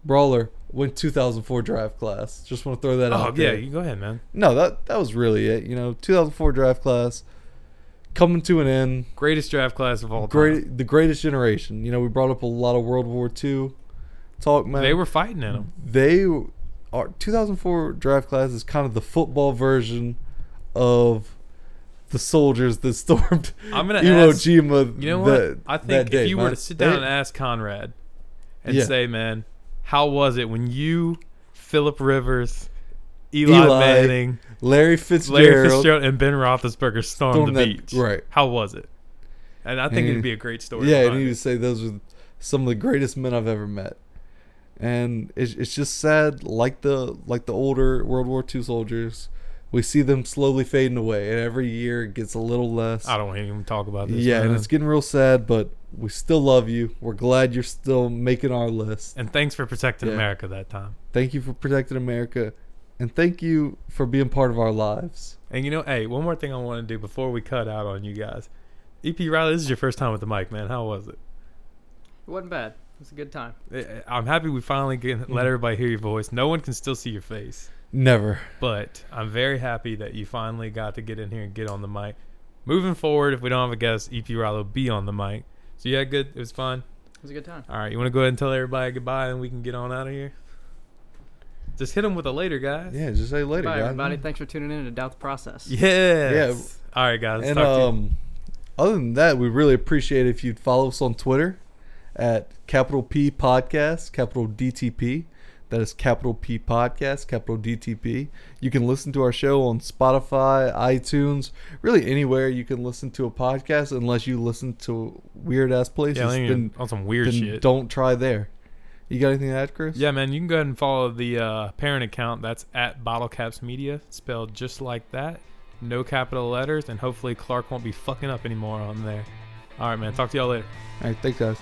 brawler went 2004 draft class. Just want to throw that
oh
out.
yeah,
there.
you go ahead, man.
No, that that was really it. You know, 2004 draft class coming to an end.
Greatest draft class of all time.
Great, the greatest generation. You know, we brought up a lot of World War II talk. Man,
They were fighting in them.
they are 2004 draft class is kind of the football version of the soldiers that (laughs) stormed
I'm gonna
Iwo
ask-
Jima.
You know what?
that-
I
that
think
day,
if you were
man.
to sit down
They-
and ask Conrad and
Yeah.
say, man, how was it when you, Philip Rivers, Eli,
Eli
Manning,
Larry Fitzgerald.
Larry Fitzgerald, and Ben Roethlisberger stormed
stormed
the
that-
beach.
Right.
How was it? And I think
Mm.
it'd be a great story.
Yeah, and
behind
he
it.
would say those are some of the greatest men I've ever met, and it's it's just sad. Like the like the older World War II soldiers, we see them slowly fading away, and every year it gets a little less.
I don't want to even talk about this.
yeah, and
man.
it's getting real sad, but we still love you. We're glad you're still making our list.
And thanks for protecting
Yeah.
America that time.
Thank you for protecting America, and thank you for being part of our lives.
And you know, hey, one more thing I want to do before we cut out on you guys. EP Riley, this is your first time with the mic, man. How was it?
It wasn't bad. It was a good time.
I- I'm happy we finally get,
Mm-hmm.
let everybody hear your voice. No one can still see your face,
Never.
but I'm very happy that you finally got to get in here and get on the mic. Moving forward, if we don't have a guest, EP Riley will be on the mic. So yeah, good. It was fun.
It was a good time.
All right, you want to go ahead and tell everybody goodbye, and we can get on out of here. Just hit them with a later, guys.
Yeah, just say later,
Bye,
guys.
everybody. Thanks for tuning in to Doubt the Process.
Yes. All right, guys.
and
talk to you-
um, other than that, we really appreciate if you'd follow us on Twitter at capital P podcast, capital DTP. That is capital P podcast, capital DTP. You can listen to our show on Spotify, iTunes, really anywhere you can listen to a podcast, unless you listen to weird ass places.
yeah, I think
then,
on some weird
then
shit.
don't try there. You got anything to add, Chris?
Yeah, man, you can go ahead and follow the uh, parent account. That's at Bottlecaps Media, spelled just like that. No capital letters, and hopefully Clark won't be fucking up anymore on there. All right, man. Talk to y'all later.
All right, thanks, guys.